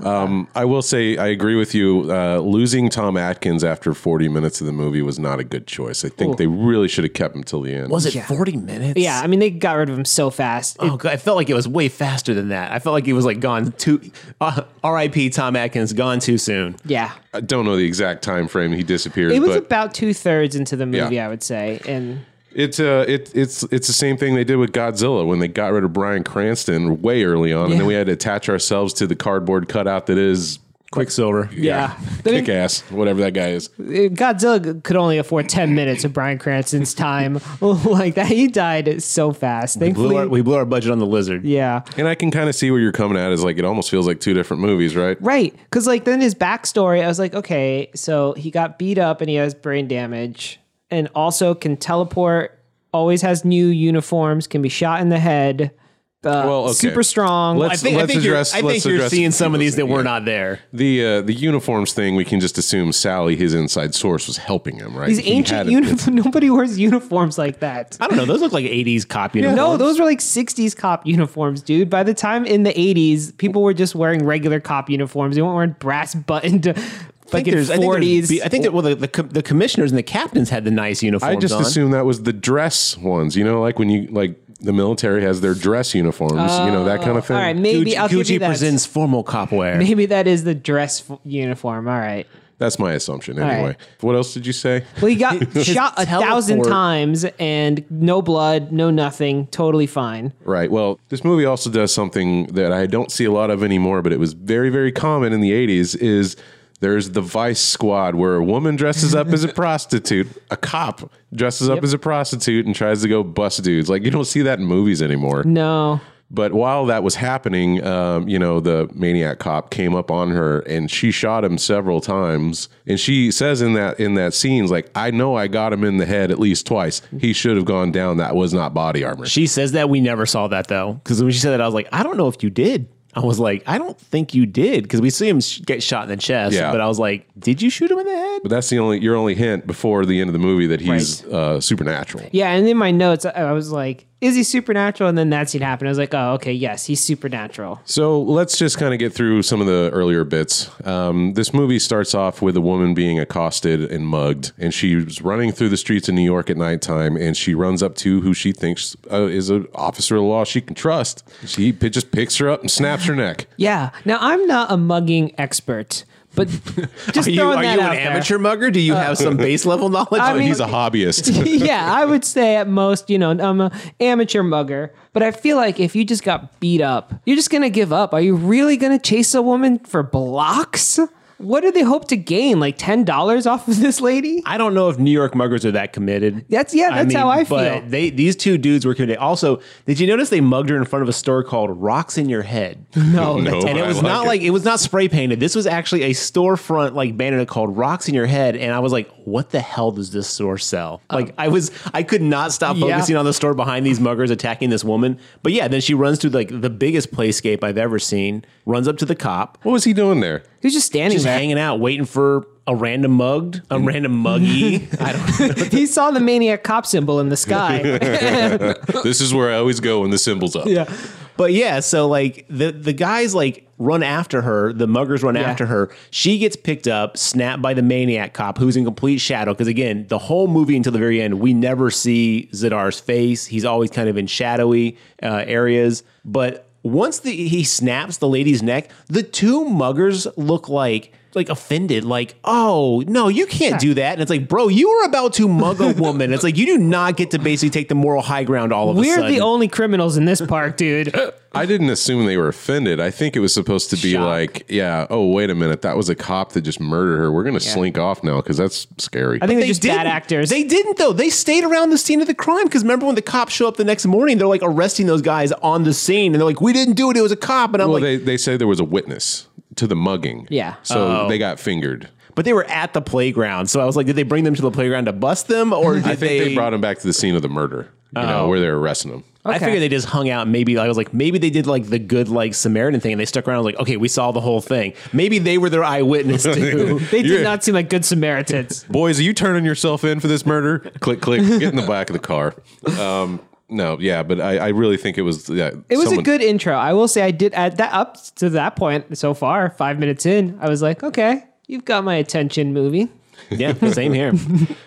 [SPEAKER 1] I will say I agree with you. Uh, losing Tom Atkins after 40 minutes of the movie was not a good choice. I think they really should have kept him till the end.
[SPEAKER 3] Was it
[SPEAKER 2] Yeah.
[SPEAKER 3] forty minutes?
[SPEAKER 2] Yeah, I mean, they got rid of him so fast.
[SPEAKER 3] Oh god, I felt like it was way faster than that. I felt like he was like gone too. Uh, R.I.P. Tom Atkins, gone too soon.
[SPEAKER 2] yeah,
[SPEAKER 1] I don't know the exact time frame he disappeared,
[SPEAKER 2] it was
[SPEAKER 1] but
[SPEAKER 2] about two thirds into the movie,
[SPEAKER 1] Yeah.
[SPEAKER 2] I would say, and
[SPEAKER 1] it's uh, it, it's it's the same thing they did with Godzilla when they got rid of Brian Cranston way early on, and
[SPEAKER 2] Yeah.
[SPEAKER 1] then we had to attach ourselves to the cardboard cutout that is
[SPEAKER 3] Quicksilver.
[SPEAKER 2] yeah. I mean,
[SPEAKER 1] kick ass, whatever that guy is.
[SPEAKER 2] Godzilla could only afford 10 minutes of Brian Cranston's time. like that, he died so fast. Thankfully,
[SPEAKER 3] Blew our, we blew our budget on the lizard.
[SPEAKER 2] yeah.
[SPEAKER 1] And I can kind of see where you're coming at is like it almost feels like two different movies, right?
[SPEAKER 2] Right. Because, like, then his backstory, I was like, okay, so he got beat up and he has brain damage and also can teleport, always has new uniforms, can be shot in the head, uh,
[SPEAKER 1] Well, okay.
[SPEAKER 2] super strong.
[SPEAKER 1] Let's-
[SPEAKER 3] I think, I
[SPEAKER 1] Let's
[SPEAKER 3] think you're-
[SPEAKER 1] address-
[SPEAKER 3] I think
[SPEAKER 1] let's
[SPEAKER 3] you're
[SPEAKER 1] address
[SPEAKER 3] seeing some of these that were
[SPEAKER 1] yeah.
[SPEAKER 3] not there.
[SPEAKER 1] The uh, the uniforms thing, we can just assume Sally, his inside source, was helping him, right?
[SPEAKER 2] These
[SPEAKER 1] He had
[SPEAKER 2] ancient
[SPEAKER 1] it.
[SPEAKER 2] uniforms, nobody wears uniforms like that.
[SPEAKER 3] I don't know. Those look like 80s cop uniforms.
[SPEAKER 2] No, those were like 60s cop uniforms, dude. By the time in the 80s, people were just wearing regular cop uniforms. They weren't wearing brass buttoned
[SPEAKER 3] I think
[SPEAKER 2] fucking
[SPEAKER 3] there's- I think there's
[SPEAKER 2] 40s.
[SPEAKER 3] be- I think that well, the, the, com- the commissioners and the captains had the nice
[SPEAKER 1] I
[SPEAKER 3] uniforms.
[SPEAKER 1] just
[SPEAKER 3] on.
[SPEAKER 1] assumed that was the dress ones, you know, like when you like the military has their dress uniforms, you know, that
[SPEAKER 2] Oh,
[SPEAKER 1] kind of thing.
[SPEAKER 2] All right, maybe
[SPEAKER 3] Gucci,
[SPEAKER 2] I'll give
[SPEAKER 3] Gucci
[SPEAKER 2] you that.
[SPEAKER 3] presents formal cop wear.
[SPEAKER 2] Maybe that is the dress f- uniform. All right.
[SPEAKER 1] That's my assumption anyway.
[SPEAKER 2] right.
[SPEAKER 1] What else did you say?
[SPEAKER 2] Well, he got shot a thousand
[SPEAKER 3] teleport-
[SPEAKER 2] times and no blood, no nothing, totally fine.
[SPEAKER 1] Right. Well, this movie also does something that I don't see a lot of anymore, but it was very, very common in the 80s is there's the Vice Squad where a woman dresses up as a prostitute, a cop dresses up as a prostitute and tries to go bust dudes. Like you don't see that in movies anymore.
[SPEAKER 2] No.
[SPEAKER 1] But while that was happening, um, you know, the maniac cop came up on her and she shot him several times. And she says in that in that scenes like, "I know I got him in the head at least twice. He should have gone down. That was not body armor."
[SPEAKER 3] She says that we never saw that though, because when she said that, I was like, I don't know if you did. I was like, I don't think you did, because we see him sh- get shot in the chest.
[SPEAKER 1] Yeah.
[SPEAKER 3] But I was like, did you shoot him in the head?
[SPEAKER 1] But that's the only your only hint before the end of the movie that he's uh, supernatural.
[SPEAKER 2] Yeah, and in my notes, I- I was like, is he supernatural? And then that scene happened. I was like, oh, okay, yes, he's supernatural.
[SPEAKER 1] So let's just kind of get through some of the earlier bits. Um, this movie starts off with a woman being accosted and mugged, and she's running through the streets in New York at nighttime, and she runs up to who she thinks uh, is an officer of the law she can trust. She p- just picks her up and snaps her neck.
[SPEAKER 2] Yeah. Now, I'm not a mugging expert, but just
[SPEAKER 3] Are you,
[SPEAKER 2] throwing
[SPEAKER 3] are
[SPEAKER 2] that
[SPEAKER 3] you
[SPEAKER 2] out
[SPEAKER 3] an
[SPEAKER 2] there. Uh,
[SPEAKER 3] amateur mugger? Do you have some base level knowledge?
[SPEAKER 2] I
[SPEAKER 3] Like,
[SPEAKER 2] mean-
[SPEAKER 1] He's a hobbyist.
[SPEAKER 2] yeah, I would say at most, you know, I'm an amateur mugger. But I feel like if you just got beat up, you're just going to give up. Are you really going to chase a woman for blocks? What do they hope to gain? Like $10 off of this lady?
[SPEAKER 3] I don't know if New York muggers are that committed.
[SPEAKER 2] That's- yeah, that's how I
[SPEAKER 3] but
[SPEAKER 2] feel.
[SPEAKER 3] They these two dudes were committed. Also, did you notice they mugged her in front of a store called Rocks in Your Head?
[SPEAKER 2] No,
[SPEAKER 1] No,
[SPEAKER 3] and it
[SPEAKER 1] I
[SPEAKER 3] was
[SPEAKER 1] like
[SPEAKER 3] not
[SPEAKER 1] it.
[SPEAKER 3] like it was not spray painted. This was actually a storefront like banner called "Rocks in Your Head," and I was like, "What the hell does this store sell?" Like I was, I could not stop
[SPEAKER 2] Uh, Yeah.
[SPEAKER 3] focusing on the store behind these muggers attacking this woman. But yeah, then she runs to like the biggest playscape I've ever seen. Runs up to the cop,
[SPEAKER 1] what was he doing there?
[SPEAKER 2] He was just standing
[SPEAKER 3] just
[SPEAKER 2] there.
[SPEAKER 3] hanging out, waiting for a random mugged, a
[SPEAKER 2] Mm.
[SPEAKER 3] random muggy. I don't.
[SPEAKER 2] he saw the maniac cop symbol in the sky.
[SPEAKER 1] This is where I always go when the symbol's up.
[SPEAKER 2] yeah.
[SPEAKER 3] But yeah, so like the the guys like run after her, the muggers run after her. She gets picked up, snapped by the maniac cop who's in complete shadow because again, the whole movie until the very end, we never see Zidar's face. He's always kind of in shadowy uh, areas, but once the he snaps the lady's neck, the two muggers look like like offended, like, oh no, you can't do that. And it's like, bro, you were about to mug a woman. It's like you do not get to basically take the moral high ground all of a
[SPEAKER 2] We're
[SPEAKER 3] sudden.
[SPEAKER 2] the only criminals in this park, dude.
[SPEAKER 1] I didn't assume they were offended. I think it was supposed to be
[SPEAKER 2] Shock.
[SPEAKER 1] like, yeah, oh, wait a minute. That was a cop that just murdered her. We're going to slink off now because that's scary.
[SPEAKER 2] I think they're just
[SPEAKER 3] didn't.
[SPEAKER 2] bad actors.
[SPEAKER 3] They didn't though. They stayed around the scene of the crime because remember when the cops show up the next morning, they're like arresting those guys on the scene, and they're like, "We didn't do it. It was a cop." And I'm
[SPEAKER 1] Well,
[SPEAKER 3] like,
[SPEAKER 1] they, they say there was a witness to the mugging.
[SPEAKER 2] Yeah.
[SPEAKER 1] So they got fingered.
[SPEAKER 3] "But they were at the playground." So I was like, "Did they bring them to the playground to bust them, or did
[SPEAKER 1] I think they, Oh. brought him back to the scene of the murder, you know, where they're arresting him.
[SPEAKER 3] I
[SPEAKER 2] Okay.
[SPEAKER 3] figured they just hung out. and Maybe I was like, maybe they did like the good like Samaritan thing, and they stuck around. I was like, okay, we saw the whole thing. Maybe they were their eyewitness to.
[SPEAKER 2] They did
[SPEAKER 1] You're-
[SPEAKER 2] not seem like good Samaritans.
[SPEAKER 1] Boys, are you turning yourself in for this murder? click, click. Get in the back of the car. Um, no, yeah, but I, I really think it was. Yeah,
[SPEAKER 2] It was a good intro. I will say I did at that up to that point so far, five minutes in, I was like, okay, you've got my attention movie.
[SPEAKER 3] yeah, same here.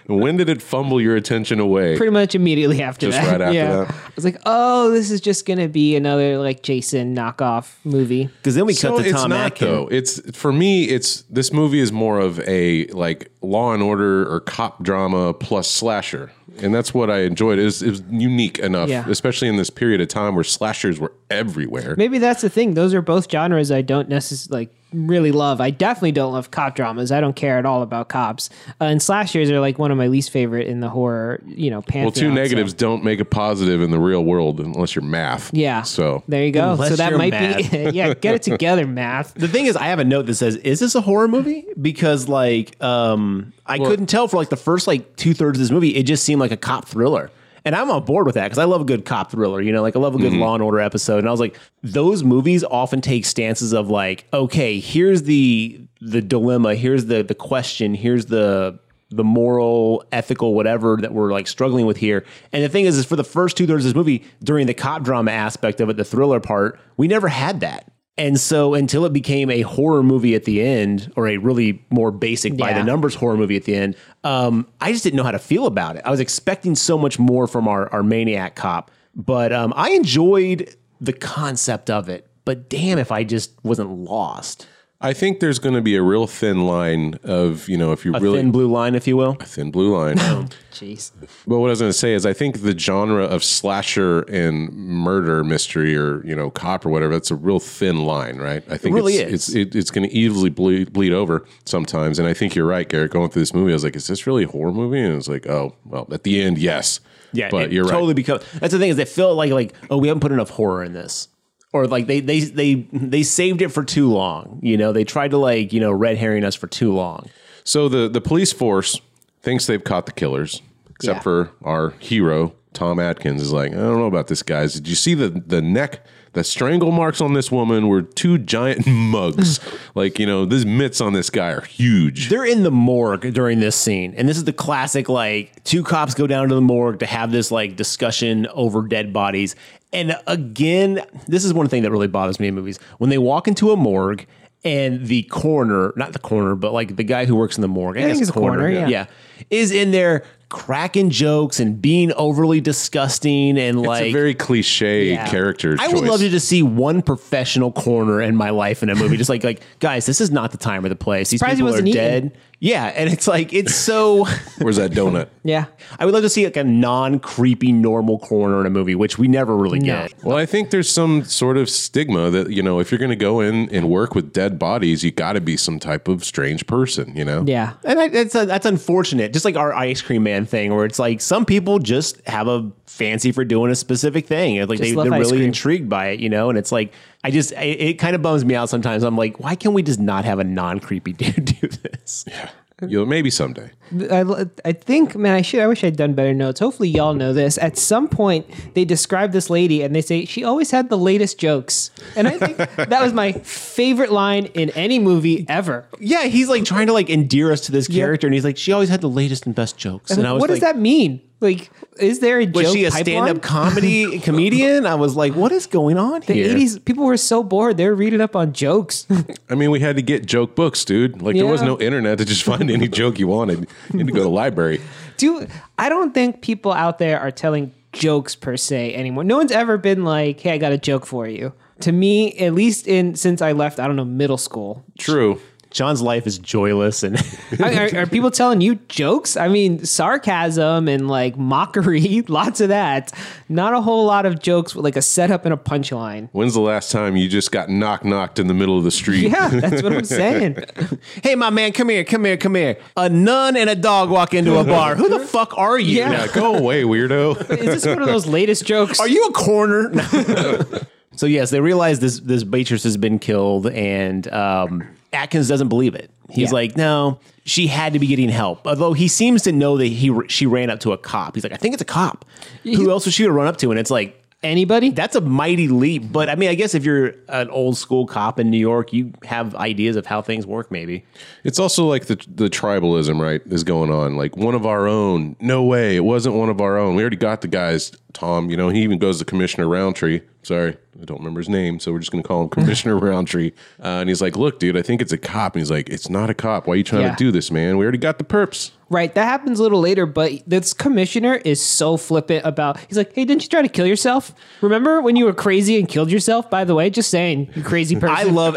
[SPEAKER 1] When did it fumble your attention away?
[SPEAKER 2] Pretty much immediately after
[SPEAKER 1] Just
[SPEAKER 2] that.
[SPEAKER 1] right after
[SPEAKER 2] yeah.
[SPEAKER 1] that.
[SPEAKER 2] I was like, oh, this is just gonna be another like Jason knockoff movie.
[SPEAKER 3] Because then we
[SPEAKER 1] So
[SPEAKER 3] cut to
[SPEAKER 1] it's
[SPEAKER 3] Tom
[SPEAKER 1] not
[SPEAKER 3] Atkin.
[SPEAKER 1] though. It's for me. It's this movie is more of a like Law and Order or cop drama plus slasher, and that's what I enjoyed. It was, it was unique enough,
[SPEAKER 2] Yeah.
[SPEAKER 1] especially in this period of time where slashers were everywhere.
[SPEAKER 2] Maybe that's the thing. Those are both genres I don't necessarily like really love. I definitely don't love cop dramas. I don't care at all about cops. Uh, and slashers are like one of my least favorite in the horror, you know, pantheon.
[SPEAKER 1] Well, two
[SPEAKER 2] so-
[SPEAKER 1] negatives don't make a positive in the real world unless you're math.
[SPEAKER 2] Yeah.
[SPEAKER 1] So
[SPEAKER 2] there you go.
[SPEAKER 3] Unless
[SPEAKER 2] so that
[SPEAKER 3] you're
[SPEAKER 2] might be yeah, get it together, math.
[SPEAKER 3] The thing is, I have a note that says, "Is this a horror movie?" Because like, um, I couldn't tell for like the first like two thirds of this movie. It just seemed like a cop thriller, and I'm on board with that because I love a good cop thriller. You know, like I love a good Law and Order episode. And I was like, those movies often take stances of like, okay, here's the the dilemma, here's the the question, here's the the moral, ethical, whatever that we're like struggling with here. And the thing is, is for the first two thirds of this movie, during the cop drama aspect of it, the thriller part, we never had that. And so until it became a horror movie at the end, or a really more basic by the
[SPEAKER 2] Yeah.
[SPEAKER 3] numbers horror movie at the end, um, I just didn't know how to feel about it. I was expecting so much more from our, our maniac cop, but um, I enjoyed the concept of it. But damn, if I just wasn't lost.
[SPEAKER 1] I think there's going to be a real thin line of you know if you
[SPEAKER 3] A
[SPEAKER 1] really
[SPEAKER 3] thin blue line, if you will.
[SPEAKER 1] thin blue line.
[SPEAKER 2] Jeez.
[SPEAKER 1] but what I was going to say is I think the genre of slasher and murder mystery or you know cop or whatever that's a real thin line, right? I think
[SPEAKER 3] really
[SPEAKER 1] it's,
[SPEAKER 3] is.
[SPEAKER 1] it's it, it's going to easily bleed bleed over sometimes, and I think you're right, Garrett. Going through this movie, I was like, is this really a horror movie? And it was like, oh well, at the end, yes.
[SPEAKER 3] Yeah,
[SPEAKER 1] but
[SPEAKER 3] it
[SPEAKER 1] you're
[SPEAKER 3] totally
[SPEAKER 1] right.
[SPEAKER 3] become. That's the thing is they feel like like oh we haven't put enough horror in this, or like they they they they saved it for too long. You know they tried to like you know red herring us for too long.
[SPEAKER 1] So the the police force thinks they've caught the killers, except
[SPEAKER 2] Yeah.
[SPEAKER 1] for our hero Tom Atkins is like, I don't know about this, guys. Did you see the the neck? The strangle marks on this woman were two giant mugs. like you know, these mitts on this guy are huge.
[SPEAKER 3] They're in the morgue during this scene, and this is the classic like two cops go down to the morgue to have this like discussion over dead bodies. And again, this is one thing that really bothers me in movies when they walk into a morgue and the coroner, not the coroner, but like the guy who works in the morgue, I,
[SPEAKER 2] think
[SPEAKER 3] guess
[SPEAKER 2] he's a
[SPEAKER 3] coroner,
[SPEAKER 2] coroner, yeah.
[SPEAKER 3] yeah, is in there cracking jokes and being overly disgusting and
[SPEAKER 1] it's
[SPEAKER 3] like
[SPEAKER 1] a very cliche
[SPEAKER 3] yeah.
[SPEAKER 1] character.
[SPEAKER 3] I
[SPEAKER 1] choice.
[SPEAKER 3] would love to just see one professional corner in my life in a movie. just like like guys, this is not the time or the place. These
[SPEAKER 2] Surprised he
[SPEAKER 3] people are
[SPEAKER 2] wasn't eaten.
[SPEAKER 3] dead. Yeah, and it's like it's so.
[SPEAKER 1] Where's that donut?
[SPEAKER 2] Yeah.
[SPEAKER 3] I would love to see like a non creepy normal corner in a movie, which we never really
[SPEAKER 2] No.
[SPEAKER 3] get.
[SPEAKER 1] Well, I think there's some sort of stigma that you know, if you're going to go in and work with dead bodies, you got to be some type of strange person. You know?
[SPEAKER 2] Yeah.
[SPEAKER 3] And I, that's uh, that's unfortunate. Just like our ice cream man thing, where it's like some people just have a fancy for doing a specific thing. It's Like they,
[SPEAKER 2] Just love
[SPEAKER 3] they're
[SPEAKER 2] ice
[SPEAKER 3] really
[SPEAKER 2] cream.
[SPEAKER 3] intrigued by it, you know. And it's like I just I, it kind of bums me out sometimes. I'm like, why can't we just not have a non creepy dude do this?
[SPEAKER 1] You'll maybe someday.
[SPEAKER 2] I, I think, man, I should. I wish I'd done better notes. Hopefully, y'all know this. At some point, they describe this lady and they say she always had the latest jokes, and I think that was my favorite line in any movie ever.
[SPEAKER 3] Yeah, he's like trying to like endear us to this character, and he's like, she always had the latest and best jokes. And I was
[SPEAKER 2] what
[SPEAKER 3] like,
[SPEAKER 2] does that mean? Like, is there a
[SPEAKER 3] Was
[SPEAKER 2] joke
[SPEAKER 3] she a
[SPEAKER 2] pipeline?
[SPEAKER 3] stand-up comedy comedian? I was like, what is going on
[SPEAKER 2] The
[SPEAKER 3] here?
[SPEAKER 2] eighties people were so bored they were reading up on jokes.
[SPEAKER 1] I mean, we had to get joke books, dude. Like there was
[SPEAKER 2] Yeah.
[SPEAKER 1] no internet to just find any joke you wanted. You had to go to the library.
[SPEAKER 2] Do I don't think people out there are telling jokes per se anymore. No one's ever been like, "Hey, I got a joke for you." To me, at least in since I left, I don't know middle school.
[SPEAKER 1] True.
[SPEAKER 3] John's life is joyless, and
[SPEAKER 2] I- are, are people telling you jokes? I mean, sarcasm and like mockery, lots of that. Not a whole lot of jokes with like a setup and a punchline.
[SPEAKER 1] When's the last time you just got knock knocked in the middle of the street?
[SPEAKER 2] Yeah, that's what I'm saying.
[SPEAKER 3] hey, my man, come here, come here, come here. A nun and a dog walk into a bar. Who the fuck are you?
[SPEAKER 2] Yeah.
[SPEAKER 1] Yeah, go away, weirdo.
[SPEAKER 2] Is this one of those latest jokes?
[SPEAKER 3] Are you a corner? so yes, they realize this this waitress has been killed, and um, Atkins doesn't believe it. He's
[SPEAKER 2] Yeah.
[SPEAKER 3] like, no, she had to be getting help. Although he seems to know that he she ran up to a cop. He's like, I think it's a cop. Who else would she have run up to? And it's like.
[SPEAKER 2] anybody?
[SPEAKER 3] That's a mighty leap, but I mean, I guess if you're an old school cop in New York, you have ideas of how things work, maybe.
[SPEAKER 1] It's also like the the tribalism, right, is going on. Like one of our own. No way, it wasn't one of our own. We already got the guys, Tom. You know, he even goes to Commissioner Roundtree. Sorry, I don't remember his name, so we're just gonna call him Commissioner Roundtree. Uh, and he's like, "Look, dude, I think it's a cop." And he's like, "It's not a cop. Why are you trying
[SPEAKER 2] Yeah.
[SPEAKER 1] to do this, man? We already got the perps."
[SPEAKER 2] Right, that happens a little later, but this commissioner is so flippant about. He's like, "Hey, didn't you try to kill yourself? Remember when you were crazy and killed yourself?" By the way, just saying, you crazy person.
[SPEAKER 3] I love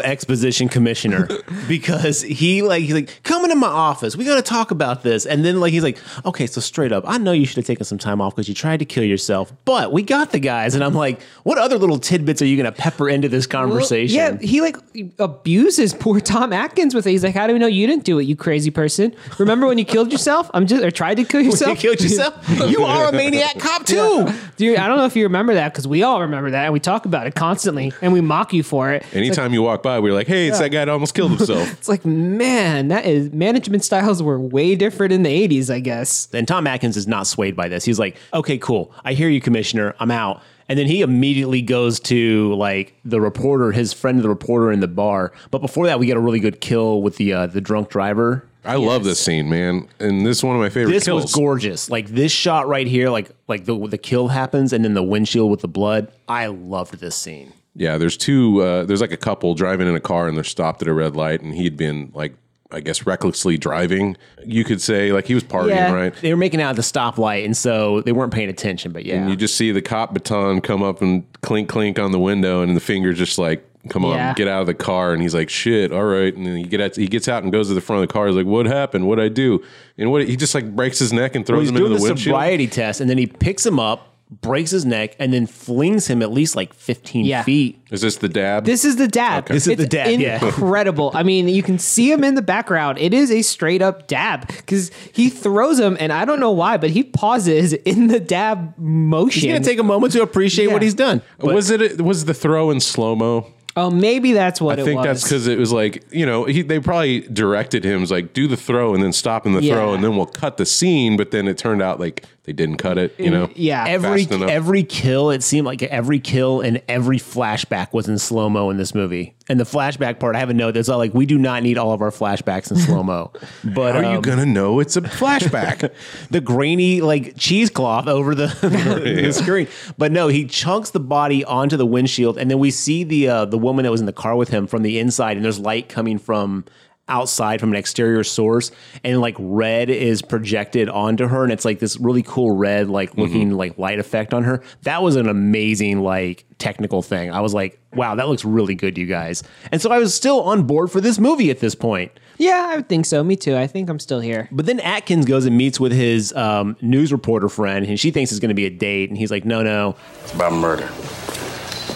[SPEAKER 3] exposition commissioner because he like he's like come into my office. We got to talk about this, and then like he's like, okay, so straight up, I know you should have taken some time off because you tried to kill yourself, but we got the guys, and I'm like, what other little tidbits are you going to pepper into this
[SPEAKER 2] Well,
[SPEAKER 3] conversation?
[SPEAKER 2] yeah, he like abuses poor Tom Atkins with it. He's like, "How do we know you didn't do it, you crazy person? Remember when you killed yourself? I'm just or tried to kill
[SPEAKER 3] You
[SPEAKER 2] yourself."
[SPEAKER 3] killed yourself. You are a maniac cop too.
[SPEAKER 2] Dude, I don't know if you remember that because we all remember that and we talk about it constantly and we mock you for it.
[SPEAKER 1] Anytime you walk by, we're like, "Hey, it's that guy that almost killed himself."
[SPEAKER 2] It's like, man, that is management styles were way different in the 80s, I guess.
[SPEAKER 3] And Tom Atkins is not swayed by this. He's like, okay, cool. I hear you, Commissioner. I'm out. And then he immediately goes to like the reporter, his friend, the reporter in the bar. But before that, we get a really good kill with the uh, the drunk driver.
[SPEAKER 1] I love this scene, man. And this is one of my favorite
[SPEAKER 3] This
[SPEAKER 1] kills.
[SPEAKER 3] was gorgeous. Like this shot right here, like like the the kill happens, and then the windshield with the blood. I loved this scene.
[SPEAKER 1] yeah, there's two. Uh, there's like a couple driving in a car, and they're stopped at a red light, and he'd been like, I guess, recklessly driving. You could say like he was partying,
[SPEAKER 2] Yeah.
[SPEAKER 1] right?
[SPEAKER 3] They were making out at the stoplight, and so they weren't paying attention. But yeah,
[SPEAKER 1] You just see the cop baton come up and clink clink on the window, and the fingers just like come on,
[SPEAKER 2] Yeah.
[SPEAKER 1] get out of the car. And he's like, shit, all right. And then he, get out, he gets out and goes to the front of the car. He's like, what happened? What'd I do? And what he just like breaks his neck and throws
[SPEAKER 3] He's
[SPEAKER 1] him into
[SPEAKER 3] doing
[SPEAKER 1] the,
[SPEAKER 3] the,
[SPEAKER 1] windshield.
[SPEAKER 3] sobriety test, and then he picks him up, breaks his neck, and then flings him at least like 15
[SPEAKER 2] Yeah.
[SPEAKER 3] feet.
[SPEAKER 1] Is this the dab?
[SPEAKER 2] This is the dab.
[SPEAKER 3] This is
[SPEAKER 2] It's
[SPEAKER 3] the dab, yeah.
[SPEAKER 2] Incredible. I mean, you can see him in the background. It is a straight up dab because he throws him, and I don't know why, but he pauses in the dab motion.
[SPEAKER 3] He's gonna take a moment to appreciate
[SPEAKER 2] Yeah.
[SPEAKER 3] what he's done. But
[SPEAKER 1] was it was the throw in slow mo?
[SPEAKER 2] oh, maybe that's what
[SPEAKER 1] I
[SPEAKER 2] it
[SPEAKER 1] think
[SPEAKER 2] was.
[SPEAKER 1] that's because it was like you know he, they probably directed him it was like do the throw and then stop in the
[SPEAKER 2] Yeah.
[SPEAKER 1] throw and then we'll cut the scene. But then it turned out like they didn't cut it. You know,
[SPEAKER 2] Mm, yeah.
[SPEAKER 3] every
[SPEAKER 1] fast enough.
[SPEAKER 3] every kill, it seemed like every kill and every flashback was in slow mo in this movie. And the flashback part, I have a note that's all like we do not need all of our flashbacks in slow mo. But
[SPEAKER 1] How are
[SPEAKER 3] um,
[SPEAKER 1] you gonna know it's a flashback?
[SPEAKER 3] the grainy like cheesecloth over the, the screen. But no, he chunks the body onto the windshield, and then we see the uh, the woman that was in the car with him from the inside, and there's light coming from outside from an exterior source and like red is projected onto her and it's like this really cool red like looking like light effect on her that was an amazing like technical thing i was like wow that looks really good you guys and so i was still on board for this movie at this point
[SPEAKER 2] yeah, I would think so. Me too. I think I'm still here.
[SPEAKER 3] but then Atkins goes and meets with his um, news reporter friend, and she thinks it's going to be a date, and he's like, "No, no,
[SPEAKER 4] about murder.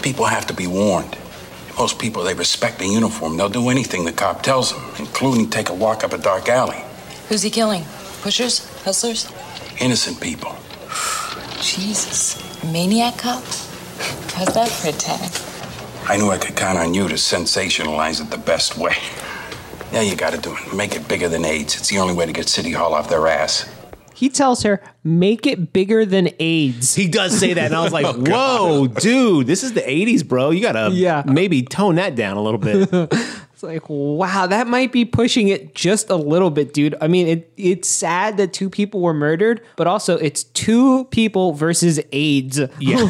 [SPEAKER 5] People have to be warned. Most people, they respect the uniform. They'll do anything the cop tells them, including take a walk up a dark alley.
[SPEAKER 6] Who's he killing? Pushers? Hustlers?
[SPEAKER 5] Innocent people.
[SPEAKER 6] Jesus. Maniac cop? How's that for a tag?
[SPEAKER 5] I knew I could count on you to sensationalize it the best way. Now you gotta do it. Make it bigger than AIDS. It's the only way to get City Hall off their ass.
[SPEAKER 2] He tells her, make it bigger than AIDS.
[SPEAKER 3] he does say that." And I was like, "Whoa, dude, this is the '80s, bro. You gotta
[SPEAKER 2] Yeah.
[SPEAKER 3] maybe tone that down a little bit."
[SPEAKER 2] It's like, wow, that might be pushing it just a little bit, dude. I mean, it it's sad that two people were murdered, but also it's two people versus AIDS.
[SPEAKER 3] Yeah.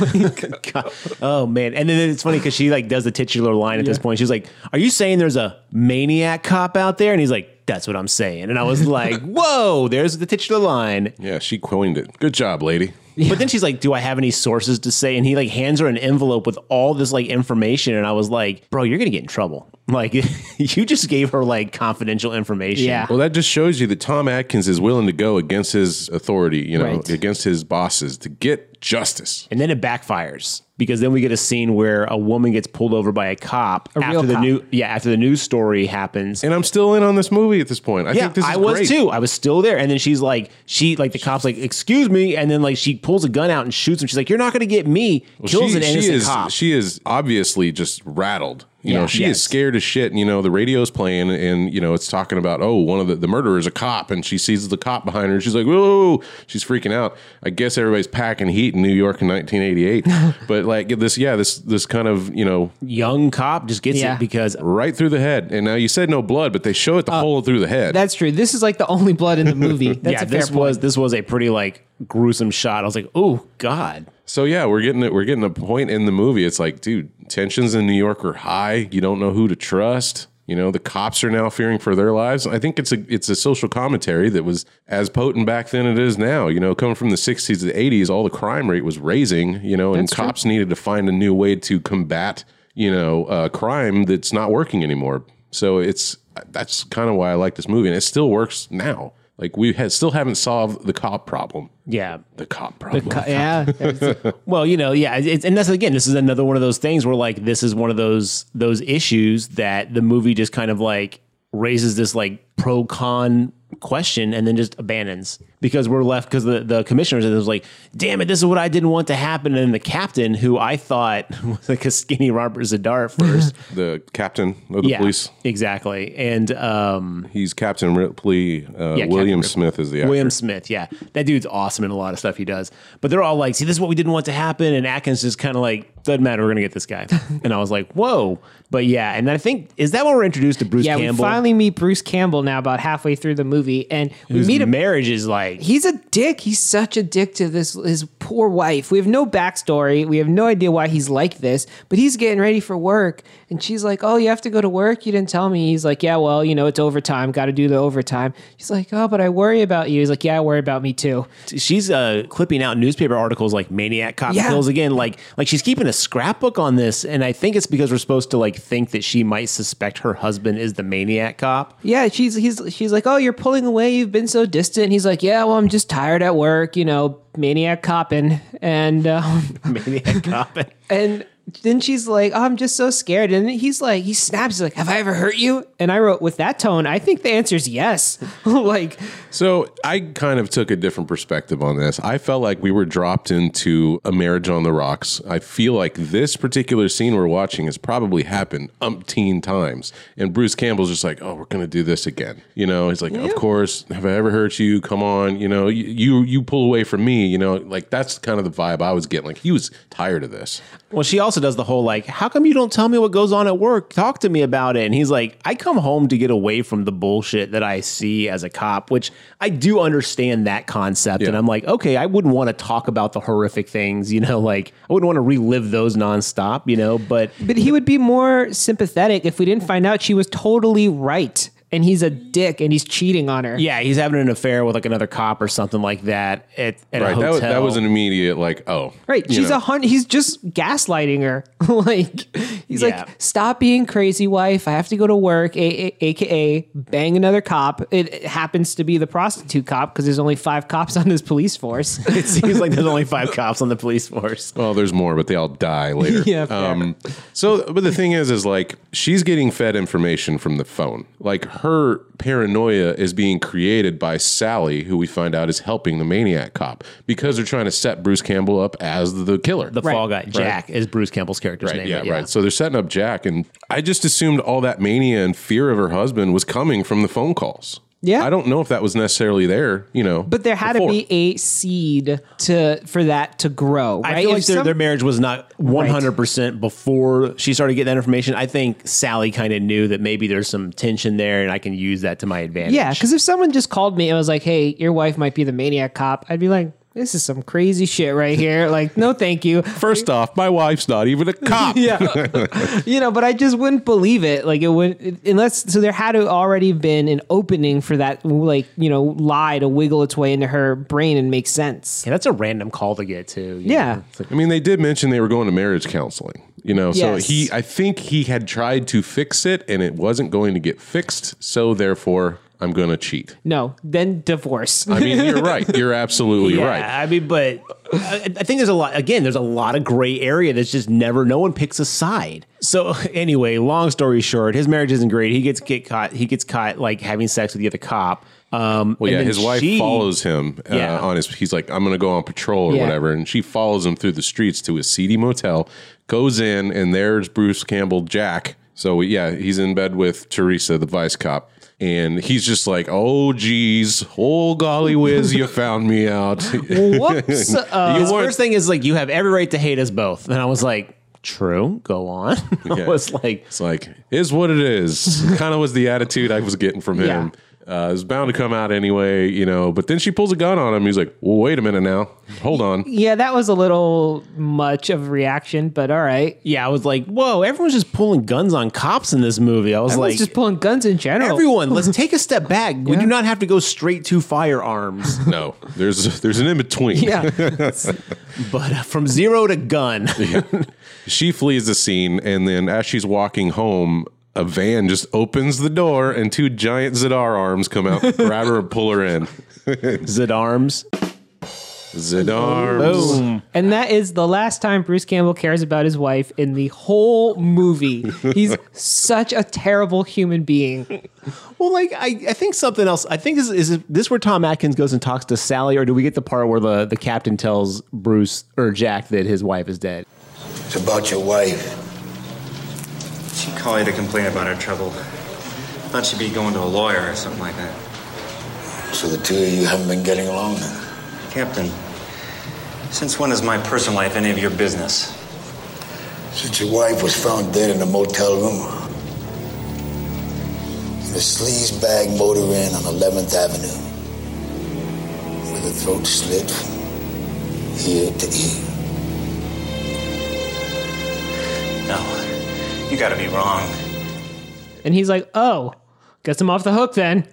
[SPEAKER 3] God. Oh man. And then it's funny because she like does the titular line at this point. She's like, "Are you saying there's a maniac cop out there?" And he's like, "That's what I'm saying." And I was like, "Whoa, there's the titular line."
[SPEAKER 1] yeah, she coined it. Good job, lady.
[SPEAKER 3] But then she's like, "Do I have any sources to say?" And he like hands her an envelope with all this like information, and I was like, "Bro, you're gonna get in trouble. Like, you just gave her like confidential information."
[SPEAKER 2] Yeah.
[SPEAKER 1] Well, that just shows you that Tom Atkins is willing to go against his authority, you know,
[SPEAKER 2] Right.
[SPEAKER 1] against his bosses to get justice.
[SPEAKER 3] And then it backfires because then we get a scene where a woman gets pulled over by a cop
[SPEAKER 2] A
[SPEAKER 3] after
[SPEAKER 2] real
[SPEAKER 3] the
[SPEAKER 2] cop.
[SPEAKER 3] new yeah after the news story happens.
[SPEAKER 1] And I'm still in on this movie at this point. I
[SPEAKER 3] yeah,
[SPEAKER 1] think this is
[SPEAKER 3] I was
[SPEAKER 1] great.
[SPEAKER 3] too. I was still there. And then she's like, she like the cops like, excuse me, and then like she pulls a gun out and shoots him. She's like, you're not gonna get me. Kills
[SPEAKER 1] she,
[SPEAKER 3] an innocent
[SPEAKER 1] she is,
[SPEAKER 3] cop.
[SPEAKER 1] She is obviously just rattled. You
[SPEAKER 3] Yeah.
[SPEAKER 1] know, she
[SPEAKER 3] Yes.
[SPEAKER 1] is scared as shit. And, you know, the radio's playing and, you know, it's talking about, oh, one of the, the murderers, a cop. And she sees the cop behind her. And she's like, whoa, she's freaking out. I guess everybody's packing heat in New York in 1988. but like this, yeah, this, this kind of, you know,
[SPEAKER 3] Young cop just gets
[SPEAKER 2] Yeah.
[SPEAKER 3] it because
[SPEAKER 1] right through the head. And now you said no blood, but they show it the
[SPEAKER 3] Uh,
[SPEAKER 1] hole through the head.
[SPEAKER 2] That's true. This is like the only blood in the movie. That's
[SPEAKER 3] yeah,
[SPEAKER 2] a fair
[SPEAKER 3] this
[SPEAKER 2] point.
[SPEAKER 3] was this was a pretty like gruesome shot. I was like, oh god.
[SPEAKER 1] So yeah, we're getting it. We're getting a point in the movie. It's like, dude, tensions in New York are high. You don't know who to trust. You know, the cops are now fearing for their lives. I think it's a it's a social commentary that was as potent back then it is now. You know, coming from the '60s to the '80s, all the crime rate was raising. You know, and cops needed to find a new way to combat you know uh, crime that's not working anymore. So it's that's kind of why I like this movie, and it still works now. Like we ha- still haven't solved the cop problem.
[SPEAKER 3] Yeah.
[SPEAKER 1] The cop problem.
[SPEAKER 2] yeah,
[SPEAKER 3] Well, you know, yeah, it's, and that's again, this is another one of those things where like this is one of those those issues that the movie just kind of like raises this like pro con question and then just abandons because we're left because the, the commissioners and it was like damn it this is what i didn't want to happen and the captain who i thought was like a skinny robert zadar first
[SPEAKER 1] the captain of the
[SPEAKER 3] yeah
[SPEAKER 1] police.
[SPEAKER 3] exactly and um
[SPEAKER 1] He's Captain Ripley. Uh,
[SPEAKER 3] Yeah,
[SPEAKER 1] William
[SPEAKER 3] Captain Ripley.
[SPEAKER 1] Smith is the actor.
[SPEAKER 3] William Smith, yeah. That dude's awesome in a lot of stuff he does. But they're all like, see, this is what we didn't want to happen. And Atkins just kind of like, doesn't matter, we're going to get this guy. and I was like, whoa. But yeah, and I think, is that when we're introduced to Bruce
[SPEAKER 2] yeah. We
[SPEAKER 3] Campbell?
[SPEAKER 2] finally meet Bruce Campbell now, about halfway through the movie, and we meet him.
[SPEAKER 3] marriage is like Right.
[SPEAKER 2] He's a dick. He's such a dick to this his poor wife. We have no backstory. We have no idea why he's like this, but he's getting ready for work and she's like, "Oh, you have to go to work? You didn't tell me." He's like, "Yeah, well, you know, it's overtime. Got to do the overtime." She's like, "Oh, but I worry about you." He's like, "Yeah, I worry about me too."
[SPEAKER 3] she's uh, clipping out newspaper articles like maniac cop
[SPEAKER 2] Yeah.
[SPEAKER 3] kills again like like she's keeping a scrapbook on this and i think it's because we're supposed to like think that she might suspect her husband is the maniac cop
[SPEAKER 2] Yeah, she's he's she's like, "Oh, you're pulling away. You've been so distant." He's like, "Yeah, well, I'm just tired at work, you know, maniac copping." And um,
[SPEAKER 3] maniac cop
[SPEAKER 2] And then she's like, oh, I'm just so scared. And he's like, he snaps, he's like, Have I ever hurt you? And I wrote, With that tone, I think the answer is yes. like,
[SPEAKER 1] So I kind of took a different perspective on this. I felt like we were dropped into a marriage on the rocks. I feel like this particular scene we're watching has probably happened umpteen times. And Bruce Campbell's just like, oh, we're going to do this again. You know, he's like, of course, have I ever hurt you? Come on. You know, you, you, you pull away from me. You know, like that's kind of the vibe I was getting. Like he was tired of this.
[SPEAKER 3] well she also does the whole like how come you don't tell me what goes on at work talk to me about it and he's like i come home to get away from the bullshit that i see as a cop which i do understand that concept
[SPEAKER 1] Yeah.
[SPEAKER 3] and i'm like okay i wouldn't want to talk about the horrific things you know like i wouldn't want to relive those nonstop you know but
[SPEAKER 2] but he would be more sympathetic if we didn't find out she was totally right. And he's a dick and he's cheating on her.
[SPEAKER 3] Yeah, he's having an affair with like another cop or something like that at, at a
[SPEAKER 1] Right. That
[SPEAKER 3] hotel.
[SPEAKER 1] was, that was an immediate, like, oh.
[SPEAKER 2] Right.
[SPEAKER 1] you
[SPEAKER 2] She's
[SPEAKER 1] know.
[SPEAKER 2] a hun- he's just gaslighting her. like he's
[SPEAKER 3] Yeah.
[SPEAKER 2] like, stop being crazy, wife. I have to go to work. A- a- AKA bang another cop. It it happens to be the prostitute cop because there's only five cops on this police force.
[SPEAKER 3] it seems like there's only five cops on the police force.
[SPEAKER 1] Well, there's more, but they all die later.
[SPEAKER 2] Yeah, fair.
[SPEAKER 1] Um, so, but the thing is, is like she's getting fed information from the phone. Like her paranoia is being created by Sally, who we find out is helping the maniac cop because they're trying to set Bruce Campbell up as the killer.
[SPEAKER 3] The fall guy, Jack, is Bruce Campbell's character's
[SPEAKER 1] Right,
[SPEAKER 3] name.
[SPEAKER 1] yeah, right. So they're setting up Jack, and I just assumed all that mania and fear of her husband was coming from the phone calls.
[SPEAKER 2] Yeah.
[SPEAKER 1] I don't know if that was necessarily there, you know.
[SPEAKER 2] But there had
[SPEAKER 1] before.
[SPEAKER 2] to be a seed to for that to grow. Right?
[SPEAKER 3] I feel
[SPEAKER 2] If
[SPEAKER 3] like their,
[SPEAKER 2] some-
[SPEAKER 3] their marriage was not 100% before she started getting that information. I think Sally kind of knew that maybe there's some tension there and I can use that to my advantage.
[SPEAKER 2] yeah, because if someone just called me and was like, "Hey, your wife might be the maniac cop," I'd be like, "This is some crazy shit right here." Like, no, thank you.
[SPEAKER 1] First off, my wife's not even a cop.
[SPEAKER 2] yeah you know but i just wouldn't believe it like it wouldn't unless so there had to already been an opening for that like you know lie to wiggle its way into her brain and make sense
[SPEAKER 3] Yeah, that's a random call to get to. you
[SPEAKER 2] Yeah.
[SPEAKER 3] know? It's like,
[SPEAKER 1] I mean, they did mention they were going to marriage counseling. You know,
[SPEAKER 2] Yes.
[SPEAKER 1] so he, I think he had tried to fix it and it wasn't going to get fixed. So therefore, I'm going to cheat.
[SPEAKER 2] no then divorce
[SPEAKER 1] I mean, you're right. You're absolutely
[SPEAKER 3] yeah,
[SPEAKER 1] right.
[SPEAKER 3] I mean, but I, I think there's a lot. Again, there's a lot of gray area that's just never. No one picks a side. So anyway, long story short, his marriage isn't great. He gets get caught. He gets caught like having sex with the other cop. Um,
[SPEAKER 1] Well,
[SPEAKER 3] and
[SPEAKER 1] yeah,
[SPEAKER 3] then
[SPEAKER 1] his wife
[SPEAKER 3] she-
[SPEAKER 1] follows him uh,
[SPEAKER 3] Yeah.
[SPEAKER 1] on his. He's like, I'm going to go on patrol or
[SPEAKER 2] Yeah.
[SPEAKER 1] whatever, and she follows him through the streets to a seedy motel. Goes in, and there's Bruce Campbell Jack. So yeah, he's in bed with Teresa, the vice cop, and he's just like, "Oh geez, oh golly whiz, you found me out."
[SPEAKER 2] whoops uh,
[SPEAKER 1] you
[SPEAKER 3] His
[SPEAKER 1] weren't-
[SPEAKER 3] first thing is like, you have every right to hate us both. And I was like, true. Go on. I
[SPEAKER 1] Yeah.
[SPEAKER 3] was like,
[SPEAKER 1] It's like, is what it is. kind of was the attitude I was getting from him. Uh, it's bound to come out anyway, you know. But then she pulls a gun on him. He's like, well, wait a minute now. Hold on.
[SPEAKER 2] yeah that was a little much of a reaction but all right
[SPEAKER 3] yeah, I was like, whoa, everyone's just pulling guns on cops in this movie. I was
[SPEAKER 2] Everyone's
[SPEAKER 3] like,
[SPEAKER 2] just pulling guns in general
[SPEAKER 3] everyone, let's take a step back. We do not have to go straight to firearms.
[SPEAKER 1] No, there's there's an in between.
[SPEAKER 2] yeah
[SPEAKER 3] but uh, from zero to gun.
[SPEAKER 1] She flees the scene, and then as she's walking home, a van just opens the door, and two giant Zidar arms come out, grab her, and pull her in.
[SPEAKER 3] Zid arms.
[SPEAKER 1] Zidar.
[SPEAKER 2] and that is the last time bruce campbell cares about his wife in the whole movie he's such a terrible human being
[SPEAKER 3] Well, like I, I think something else. I think this is this where Tom Atkins goes and talks to Sally, or do we get the part where the the captain tells Bruce or Jack that his wife is dead?
[SPEAKER 5] It's about your wife.
[SPEAKER 4] She called you to complain about her trouble. Thought she'd be going to a lawyer or something like that.
[SPEAKER 5] So the two of you haven't been getting along then?
[SPEAKER 4] Captain, since when is my personal life any of your business?
[SPEAKER 5] Since your wife was found dead in a motel room. In a sleazebag motor inn on 11th Avenue.
[SPEAKER 7] the throat slit from ear to ear.
[SPEAKER 4] No, you gotta be wrong.
[SPEAKER 2] And he's like, oh, guess I'm off the hook then.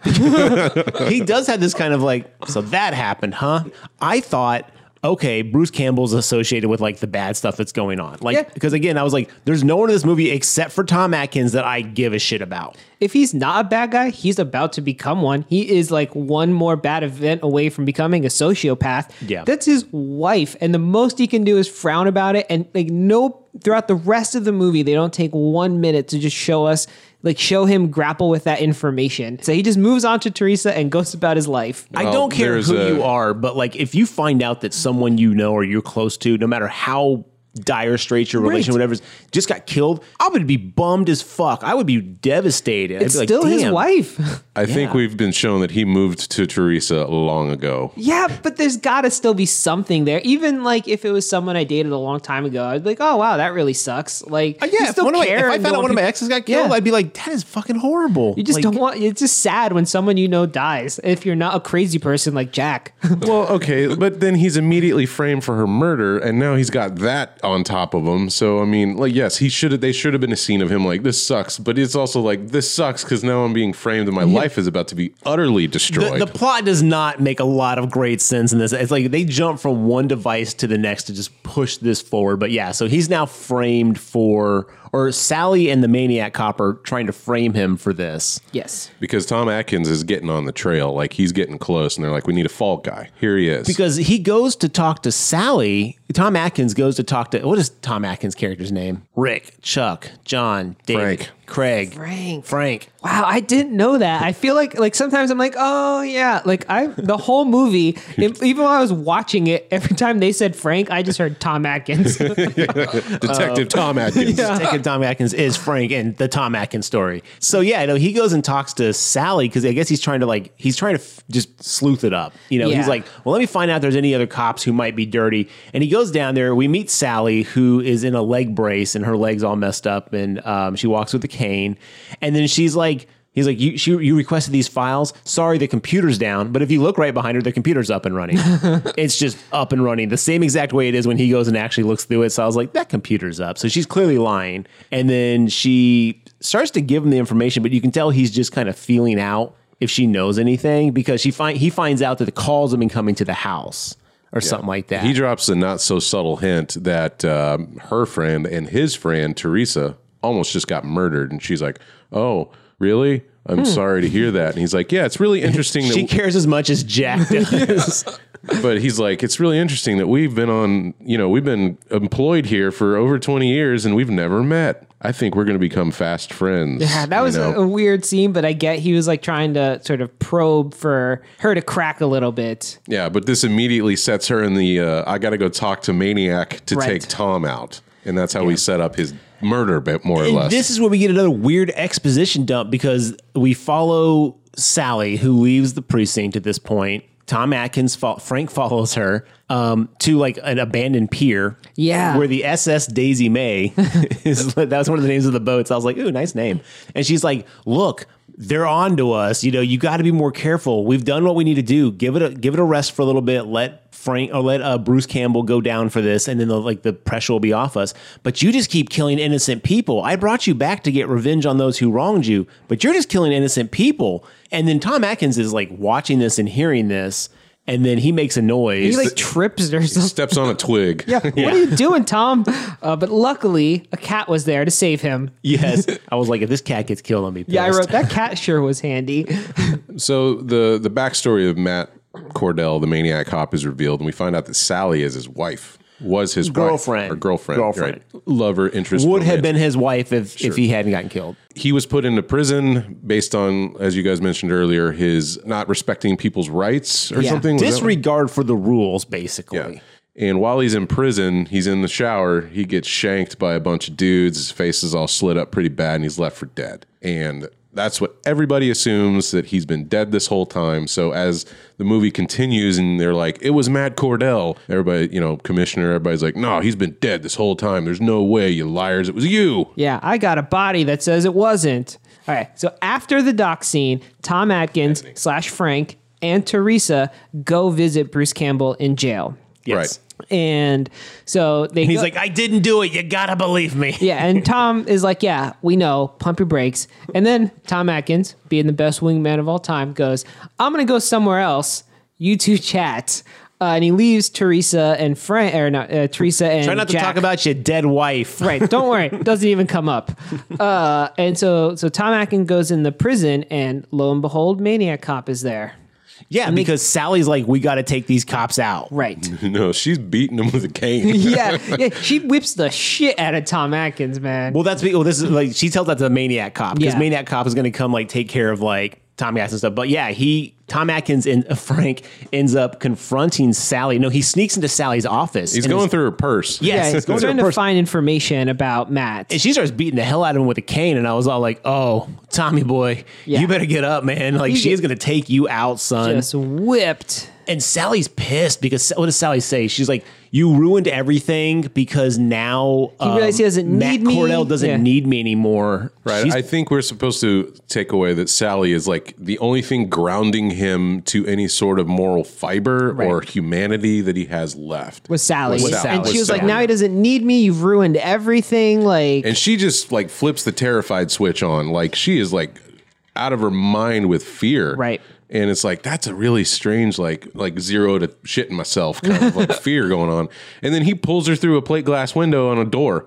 [SPEAKER 3] he does have this kind of like, so that happened, huh? I thought, okay, Bruce Campbell's associated with like the bad stuff that's going on.
[SPEAKER 2] Yeah.
[SPEAKER 3] Like, because again, I was like, there's no one in this movie except for Tom Atkins that I give a shit about.
[SPEAKER 2] if he's not a bad guy, he's about to become one. He is like one more bad event away from becoming a sociopath.
[SPEAKER 3] Yeah.
[SPEAKER 2] That's his wife. And the most he can do is frown about it. And like, no, throughout the rest of the movie, they don't take one minute to just show us, like, show him grapple with that information. So he just moves on to Teresa and goes about his life.
[SPEAKER 3] I
[SPEAKER 1] Well,
[SPEAKER 3] don't care
[SPEAKER 1] there's
[SPEAKER 3] who
[SPEAKER 1] a-
[SPEAKER 3] you are, but like if you find out that someone you know or you're close to, no matter how dire straits your relation,
[SPEAKER 2] Right.
[SPEAKER 3] whatever, is, just got killed, I would be bummed as fuck. I would be devastated.
[SPEAKER 2] It's
[SPEAKER 3] I'd be like,
[SPEAKER 2] still his
[SPEAKER 3] "Damn."
[SPEAKER 2] wife.
[SPEAKER 1] I think
[SPEAKER 3] Yeah.
[SPEAKER 1] we've been shown that he moved to Teresa long ago.
[SPEAKER 2] Yeah, but there's got to still be something there. Even like if it was someone I dated a long time ago, I'd be like, oh wow, that really sucks. Like,
[SPEAKER 3] Uh,
[SPEAKER 2] you
[SPEAKER 3] yeah, if,
[SPEAKER 2] still
[SPEAKER 3] one of my, if
[SPEAKER 2] care
[SPEAKER 3] I
[SPEAKER 2] and
[SPEAKER 3] found
[SPEAKER 2] don't
[SPEAKER 3] out one
[SPEAKER 2] want
[SPEAKER 3] of my
[SPEAKER 2] peop-
[SPEAKER 3] exes got killed,
[SPEAKER 2] Yeah.
[SPEAKER 3] I'd be like, that is fucking horrible.
[SPEAKER 2] You just
[SPEAKER 3] Like,
[SPEAKER 2] don't want. It's just sad when someone you know dies. If you're not a crazy person like Jack,
[SPEAKER 1] Well, okay, but then he's immediately framed for her murder, and now he's got that on top of him. So I mean, like, yes, he should. have They should have been a scene of him like this sucks, but it's also like this sucks because now I'm being framed, and my life is about to be utterly
[SPEAKER 3] The,
[SPEAKER 1] destroyed.
[SPEAKER 3] the plot does not make a lot of great sense in this. It's like they jump from one device to the next to just push this forward. But yeah, so he's now framed for, or Sally and the maniac cop are trying to frame him for this.
[SPEAKER 2] yes,
[SPEAKER 1] because Tom Atkins is getting on the trail, like he's getting close, and they're like, "We need a fall guy." Here he is.
[SPEAKER 3] Because he goes to talk to Sally. Tom Atkins goes to talk to, what is Tom Atkins' character's name? Rick, Chuck, John, David, Craig,
[SPEAKER 2] Frank.
[SPEAKER 3] Frank.
[SPEAKER 2] Wow, I didn't know that. I feel like like sometimes I'm like, oh yeah, like I the whole movie. if- even while I was watching it, every time they said Frank, I just heard Tom Atkins.
[SPEAKER 1] Detective
[SPEAKER 3] uh,
[SPEAKER 1] Tom Atkins.
[SPEAKER 3] Detective Tom Atkins is Frank and the Tom Atkins story. So yeah, I know he goes and talks to Sally because I guess he's trying to like he's trying to f- just sleuth it up. You know,
[SPEAKER 2] Yeah.
[SPEAKER 3] he's like, well, let me find out if there's any other cops who might be dirty. And he goes down there. We meet Sally who is in a leg brace and her legs all messed up, and um, she walks with a cane. And then she's like. He's like, you, she, you requested these files. Sorry, the computer's down. But if you look right behind her, the computer's up and running. it's just up and running the same exact way it is when he goes and actually looks through it. So I was like, that computer's up. So she's clearly lying. And then she starts to give him the information, but you can tell he's just kind of feeling out if she knows anything because she find he finds out that the calls have been coming to the house or something like that.
[SPEAKER 1] He drops a not so subtle hint that um, her friend and his friend Teresa almost just got murdered, and she's like, "Oh, really? I'm sorry to hear that." And he's like, "Yeah, it's really interesting
[SPEAKER 3] she
[SPEAKER 1] that."
[SPEAKER 3] cares as much as Jack does.
[SPEAKER 1] but he's like, "It's really interesting that we've been on, you know, we've been employed here for over 20 years, and we've never met. I think we're going to become fast friends."
[SPEAKER 2] Yeah, that
[SPEAKER 1] you
[SPEAKER 2] was a,
[SPEAKER 1] know?
[SPEAKER 2] a weird scene, but I get he was like trying to sort of probe for her to crack a little bit.
[SPEAKER 1] yeah. But this immediately sets her in the. Uh, I got to go talk to Maniac to
[SPEAKER 2] Right.
[SPEAKER 1] take Tom out, and that's how we set up his murder bit more or less.
[SPEAKER 3] This is where we get another weird exposition dump because we follow Sally, who leaves the precinct at this point. Tom Atkins, fo- Frank follows her um, to like an abandoned pier.
[SPEAKER 2] Yeah.
[SPEAKER 3] Where the SS Daisy May is, that was one of the names of the boats. I was like, ooh, nice name. And she's like, look, they're on to us. You know, you got to be more careful. We've done what we need to do. Give it a, give it a rest for a little bit. Let Frank or let uh, Bruce Campbell go down for this, and then the, like the pressure will be off us. But you just keep killing innocent people. I brought you back to get revenge on those who wronged you, but you're just killing innocent people. And then Tom Atkins is like watching this and hearing this, and then he makes a noise.
[SPEAKER 2] He like trips or something.
[SPEAKER 1] steps on a twig.
[SPEAKER 2] Yeah. What are you doing, Tom? Uh, but luckily, a cat was there to save him.
[SPEAKER 3] yes, I was like, if this cat gets killed, on me.
[SPEAKER 2] Yeah, I wrote that cat sure was handy.
[SPEAKER 1] So the the backstory of Matt Cordell, the maniac cop, is revealed, and we find out that Sally is his wife, was his wife.
[SPEAKER 3] Girlfriend.
[SPEAKER 1] or girlfriend,
[SPEAKER 3] Girlfriend.
[SPEAKER 1] right. lover, interest
[SPEAKER 3] would have
[SPEAKER 1] romance.
[SPEAKER 3] been his wife if if he hadn't gotten killed.
[SPEAKER 1] He was put into prison based on, as you guys mentioned earlier, his not respecting people's rights or
[SPEAKER 2] Yeah.
[SPEAKER 1] something. Was that-
[SPEAKER 3] Disregard for the rules, basically.
[SPEAKER 1] Yeah. And while he's in prison, he's in the shower. He gets shanked by a bunch of dudes. His face is all slit up pretty bad, and he's left for dead. And that's what everybody assumes that he's been dead this whole time. So as the movie continues, and they're like, "It was Matt Cordell." Everybody, you know, commissioner. Everybody's like, "No, he's been dead this whole time. There's no way, you liars. It was you."
[SPEAKER 2] Yeah, I got a body that says it wasn't. All right. So after the doc scene, Tom Atkins slash Frank and Teresa go visit Bruce Campbell in jail.
[SPEAKER 3] Yes.
[SPEAKER 2] And so they
[SPEAKER 3] And he's
[SPEAKER 2] go-
[SPEAKER 3] like, I didn't do it. You gotta believe me.
[SPEAKER 2] yeah, and Tom is like, yeah, we know, pump your brakes. And then Tom Atkins, being the best wingman of all time, goes, I'm gonna go somewhere else. You two chat, uh, and he leaves Teresa and Frank, or not uh, Teresa and
[SPEAKER 3] Try not to
[SPEAKER 2] Jack.
[SPEAKER 3] talk about your dead wife.
[SPEAKER 2] Right, don't worry, it doesn't even come up. Uh, and so, so Tom Atkins goes in the prison, and lo and behold, Maniac Cop is there.
[SPEAKER 3] Yeah, because Sally's like, we gotta take these cops out.
[SPEAKER 2] Right.
[SPEAKER 1] No, she's beating him with a cane.
[SPEAKER 2] yeah, yeah, she whips the shit out of Tom Atkins, man.
[SPEAKER 3] Well, that's well. This is like she tells that to the maniac cop because
[SPEAKER 2] Yeah.
[SPEAKER 3] maniac cop is going to come like take care of like Tom Atkins and stuff. But yeah, he Tom Atkins and Frank ends up confronting Sally. No, he sneaks into Sally's office.
[SPEAKER 1] He's
[SPEAKER 3] and
[SPEAKER 1] going
[SPEAKER 3] is-
[SPEAKER 1] through her purse.
[SPEAKER 3] Yes,
[SPEAKER 2] yeah,
[SPEAKER 3] he's
[SPEAKER 2] he's
[SPEAKER 3] going through
[SPEAKER 2] trying
[SPEAKER 3] a
[SPEAKER 2] to
[SPEAKER 3] person.
[SPEAKER 2] find information about Matt.
[SPEAKER 3] And she starts beating the hell out of him with a cane, and I was all like, "Oh, Tommy boy,
[SPEAKER 2] Yeah.
[SPEAKER 3] you better get up, man! Like
[SPEAKER 2] You
[SPEAKER 3] she
[SPEAKER 2] get-
[SPEAKER 3] is going to take you out, son."
[SPEAKER 2] just whipped.
[SPEAKER 3] and Sally's pissed because what does Sally say? She's like, "You ruined everything because now um,
[SPEAKER 2] He realized he doesn't
[SPEAKER 3] Matt
[SPEAKER 2] need me."
[SPEAKER 3] Cordell doesn't
[SPEAKER 2] Yeah.
[SPEAKER 3] need me anymore."
[SPEAKER 1] Right.
[SPEAKER 3] She's
[SPEAKER 1] I think we're supposed to take away that Sally is like the only thing grounding him to any sort of moral fiber or humanity that he has left.
[SPEAKER 2] with Sally.
[SPEAKER 1] Was Sally.
[SPEAKER 2] And she
[SPEAKER 1] Was
[SPEAKER 2] was like,
[SPEAKER 1] Sally.
[SPEAKER 2] now he doesn't need me. You've ruined everything. Like,
[SPEAKER 1] and she just like flips the terrified switch on. Like she is like out of her mind with fear.
[SPEAKER 2] Right.
[SPEAKER 1] And it's like that's a really strange like like zero to shit in myself kind of like fear going on. And then he pulls her through a plate glass window on a door.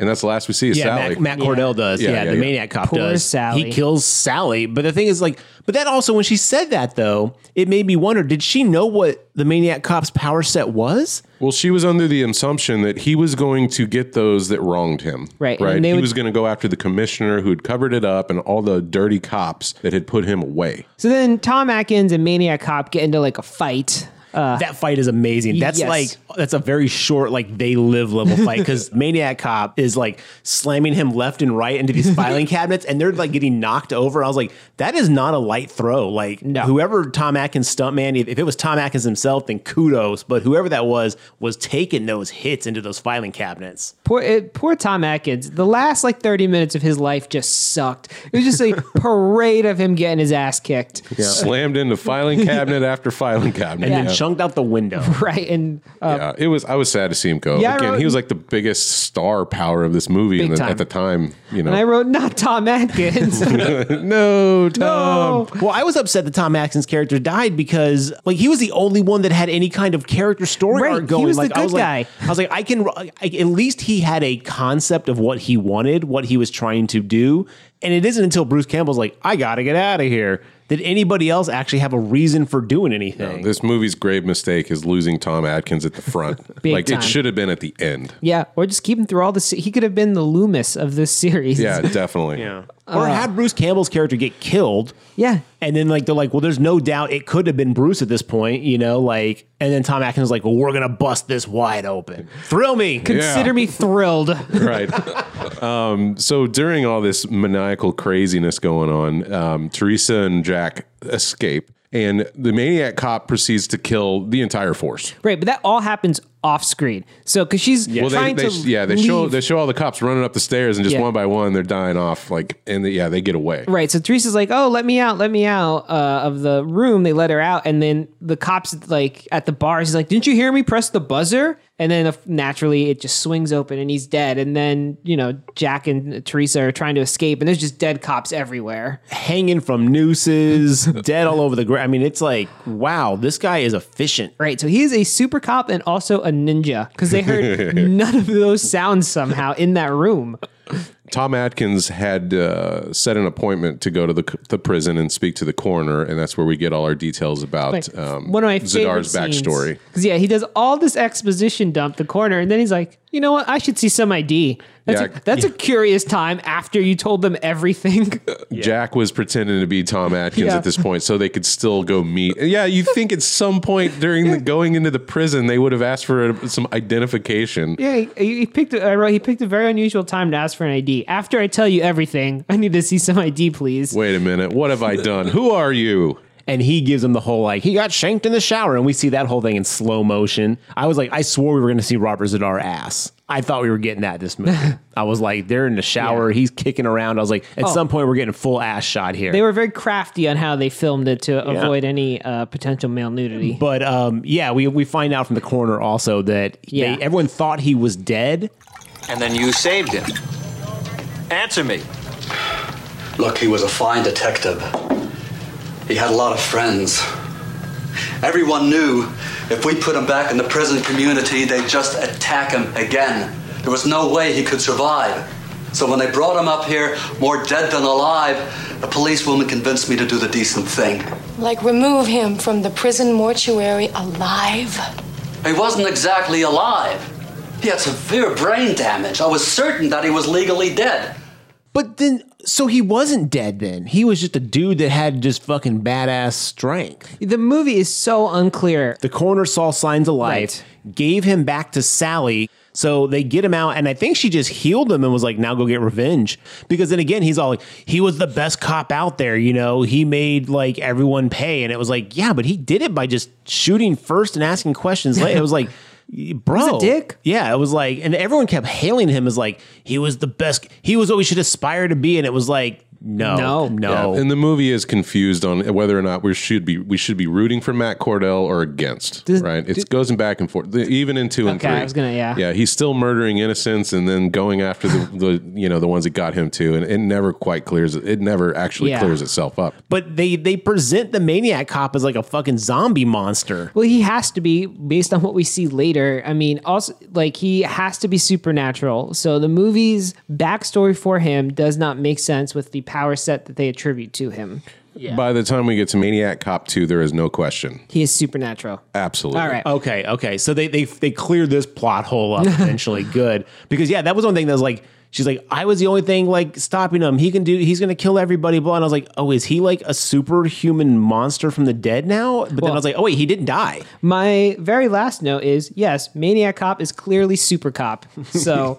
[SPEAKER 1] And that's the last we see is
[SPEAKER 3] Yeah,
[SPEAKER 1] Sally.
[SPEAKER 3] Matt, Matt Cordell does. Yeah,
[SPEAKER 1] Yeah, yeah,
[SPEAKER 3] the
[SPEAKER 1] yeah.
[SPEAKER 3] maniac cop
[SPEAKER 2] Poor
[SPEAKER 3] does.
[SPEAKER 2] Sally.
[SPEAKER 3] He kills Sally. But the thing is, like, but that also when she said that though, it made me wonder: Did she know what the maniac cop's power set was?
[SPEAKER 1] Well, she was under the assumption that he was going to get those that wronged him.
[SPEAKER 2] Right, and
[SPEAKER 1] Right.
[SPEAKER 2] they
[SPEAKER 1] He
[SPEAKER 2] would-
[SPEAKER 1] was going to go after the commissioner who had covered it up and all the dirty cops that had put him away.
[SPEAKER 2] so then Tom Atkins and Maniac Cop get into like a fight.
[SPEAKER 3] that fight is amazing. That's
[SPEAKER 2] yes.
[SPEAKER 3] like that's a very short like they live level fight because maniac cop is like slamming him left and right into these filing cabinets, and they're like getting knocked over. I was like, that is not a light throw. Like
[SPEAKER 2] No.
[SPEAKER 3] whoever Tom Atkins stuntman, if, if it was Tom Atkins himself, then kudos. But whoever that was was taking those hits into those filing cabinets.
[SPEAKER 2] Poor, it, poor Tom Atkins. The last like 30 minutes of his life just sucked. It was just a parade of him getting his ass kicked.
[SPEAKER 1] Slammed into filing cabinet after filing cabinet.
[SPEAKER 3] and
[SPEAKER 1] Yeah.
[SPEAKER 3] then chunked out the window.
[SPEAKER 2] Right. And uh,
[SPEAKER 1] yeah, it was. I was sad to see him go.
[SPEAKER 2] Yeah, I
[SPEAKER 1] Again,
[SPEAKER 2] wrote-
[SPEAKER 1] he was like the biggest star power of this movie in the,
[SPEAKER 2] Big time.
[SPEAKER 1] at the time. You
[SPEAKER 2] and I
[SPEAKER 1] know,
[SPEAKER 2] wrote, not Tom Atkins.
[SPEAKER 1] no, Tom.
[SPEAKER 2] no.
[SPEAKER 3] Well, I was upset that Tom Atkins' character died because, like, he was the only one that had any kind of character story
[SPEAKER 2] Right,
[SPEAKER 3] arc
[SPEAKER 2] he
[SPEAKER 3] going.
[SPEAKER 2] was the
[SPEAKER 3] like, I
[SPEAKER 2] good
[SPEAKER 3] was
[SPEAKER 2] guy.
[SPEAKER 3] Like, I was like, I can. I, at least he had a concept of what he wanted, what he was trying to do, and it isn't until Bruce Campbell's like, "I gotta get out of here," did anybody else actually have a reason for doing anything.
[SPEAKER 1] This movie's grave mistake is losing Tom Atkins at the front.
[SPEAKER 2] Big
[SPEAKER 1] like
[SPEAKER 2] time.
[SPEAKER 1] it should have been at the end.
[SPEAKER 2] yeah. Or just keep him through all the. Se- he could have been the Loomis of this series.
[SPEAKER 1] Yeah, definitely.
[SPEAKER 3] or
[SPEAKER 2] Uh.
[SPEAKER 3] had Bruce Campbell's character get killed.
[SPEAKER 2] Yeah.
[SPEAKER 3] And then like they're like, well, there's no doubt it could have been Bruce at this point, you know, like. And then Tom Atkins is like, well, we're gonna bust this wide open. Thrill me.
[SPEAKER 2] Consider me thrilled.
[SPEAKER 1] right. Um, so during all this maniacal craziness going on, um, Teresa and Jack escape, and the maniac cop proceeds to kill the entire force.
[SPEAKER 2] Right, but that all happens off screen. So because she's
[SPEAKER 1] Well, they,
[SPEAKER 2] trying
[SPEAKER 1] they,
[SPEAKER 2] to
[SPEAKER 1] yeah, they show
[SPEAKER 2] leave.
[SPEAKER 1] they show all the cops running up the stairs, and just
[SPEAKER 2] Yeah.
[SPEAKER 1] one by one, they're dying off. Like, and the, yeah, they get away.
[SPEAKER 2] right. So Teresa's like, "Oh, let me out, let me out uh, of the room." They let her out, and then the cops like at the bar. She's like, "Didn't you hear me press the buzzer?" And then uh, naturally, it just swings open, and he's dead. And then you know Jack and Teresa are trying to escape, and there's just dead cops everywhere.
[SPEAKER 3] hanging from nooses, dead all over the ground. I mean, it's like, wow, this guy is efficient.
[SPEAKER 2] Right. So he is a super cop and also a ninja because they heard none of those sounds somehow in that room.
[SPEAKER 1] Tom Atkins had uh, set an appointment to go to the, c- the prison and speak to the coroner, and that's where we get all our details about um,
[SPEAKER 2] one of my
[SPEAKER 1] Zidar's backstory.
[SPEAKER 2] Because yeah, he does all this exposition dump the corner, and then he's like, you know what? I should see some ID. That's
[SPEAKER 1] Yeah.
[SPEAKER 2] a, that's a curious time after you told them everything.
[SPEAKER 1] Jack was pretending to be Tom Atkins
[SPEAKER 2] Yeah.
[SPEAKER 1] at this point, so they could still go meet. Yeah, you think at some point during the going into the prison, they would have asked for a, some identification.
[SPEAKER 2] yeah, he, he picked. a- I wrote he picked a very unusual time to ask for an ID. After I tell you everything, I need to see some ID, please.
[SPEAKER 1] Wait a minute, what have I done? Who are you?
[SPEAKER 3] And he gives him the whole like he got shanked in the shower, and we see that whole thing in slow motion. I was like, I swore we were going to see Robert Zadar ass. I thought we were getting that this movie. I was like, they're in the shower, he's kicking around. I was like, at some point we're getting a full ass shot here.
[SPEAKER 2] Oh. They were very crafty on how they filmed it to avoid any uh, potential male nudity.
[SPEAKER 3] But um, yeah, we, we find out from the coroner also that
[SPEAKER 2] Yeah.
[SPEAKER 3] they, everyone thought he was dead.
[SPEAKER 4] And then you saved him. Answer me.
[SPEAKER 8] Look, he was a fine detective. He had a lot of friends. Everyone knew if we put him back in the prison community, they'd just attack him again. There was no way he could survive. So when they brought him up here, more dead than alive, a policewoman convinced me to do the decent thing.
[SPEAKER 6] Like remove him from the prison mortuary alive.
[SPEAKER 8] He wasn't exactly alive. He had severe brain damage. I was certain that he was legally dead.
[SPEAKER 3] But then, so he wasn't dead then. He was just a dude that had just fucking badass strength.
[SPEAKER 2] the movie is so unclear.
[SPEAKER 3] The coroner saw signs of life, gave him back to Sally. So they get him out, and I think she just healed him and was like, now go get revenge. Because then again, he's all like, he was the best cop out there, you know? He made like everyone pay. And it was like, yeah, but he did it by just shooting first and asking questions later. It was like, bro.
[SPEAKER 2] He's a dick.
[SPEAKER 3] Yeah, it was like, and everyone kept hailing him as like, he was the best. He was what we should aspire to be. And it was like, no,
[SPEAKER 2] No.
[SPEAKER 3] no, no.
[SPEAKER 1] And the movie is confused on whether or not we should be we should be rooting for Matt Cordell or against.
[SPEAKER 2] Does-
[SPEAKER 1] right? It goes back and forth, even in two and
[SPEAKER 2] Okay,
[SPEAKER 1] three.
[SPEAKER 2] I was gonna- yeah.
[SPEAKER 1] yeah. He's still murdering innocents and then going after the, the you know the ones that got him too, and it never quite clears. It never actually
[SPEAKER 2] Yeah.
[SPEAKER 1] clears itself up.
[SPEAKER 3] but they they present the maniac cop as like a fucking zombie monster.
[SPEAKER 2] Well, he has to be based on what we see later. I mean, also like he has to be supernatural. So the movie's backstory for him does not make sense with the power set that they attribute to him.
[SPEAKER 1] By the time we get to Maniac Cop two, there is no question.
[SPEAKER 2] He is supernatural.
[SPEAKER 1] Absolutely.
[SPEAKER 2] All right.
[SPEAKER 3] Okay, okay. So they they they clear this plot hole up eventually. Good because yeah, that was one thing that was like she's like I was the only thing like stopping him. He can do. He's gonna kill everybody. Blah. And I was like, oh, is he like a superhuman monster from the dead now? But then I was like, oh wait, he didn't die.
[SPEAKER 2] My very last note is yes, Maniac Cop is clearly Super Cop. So,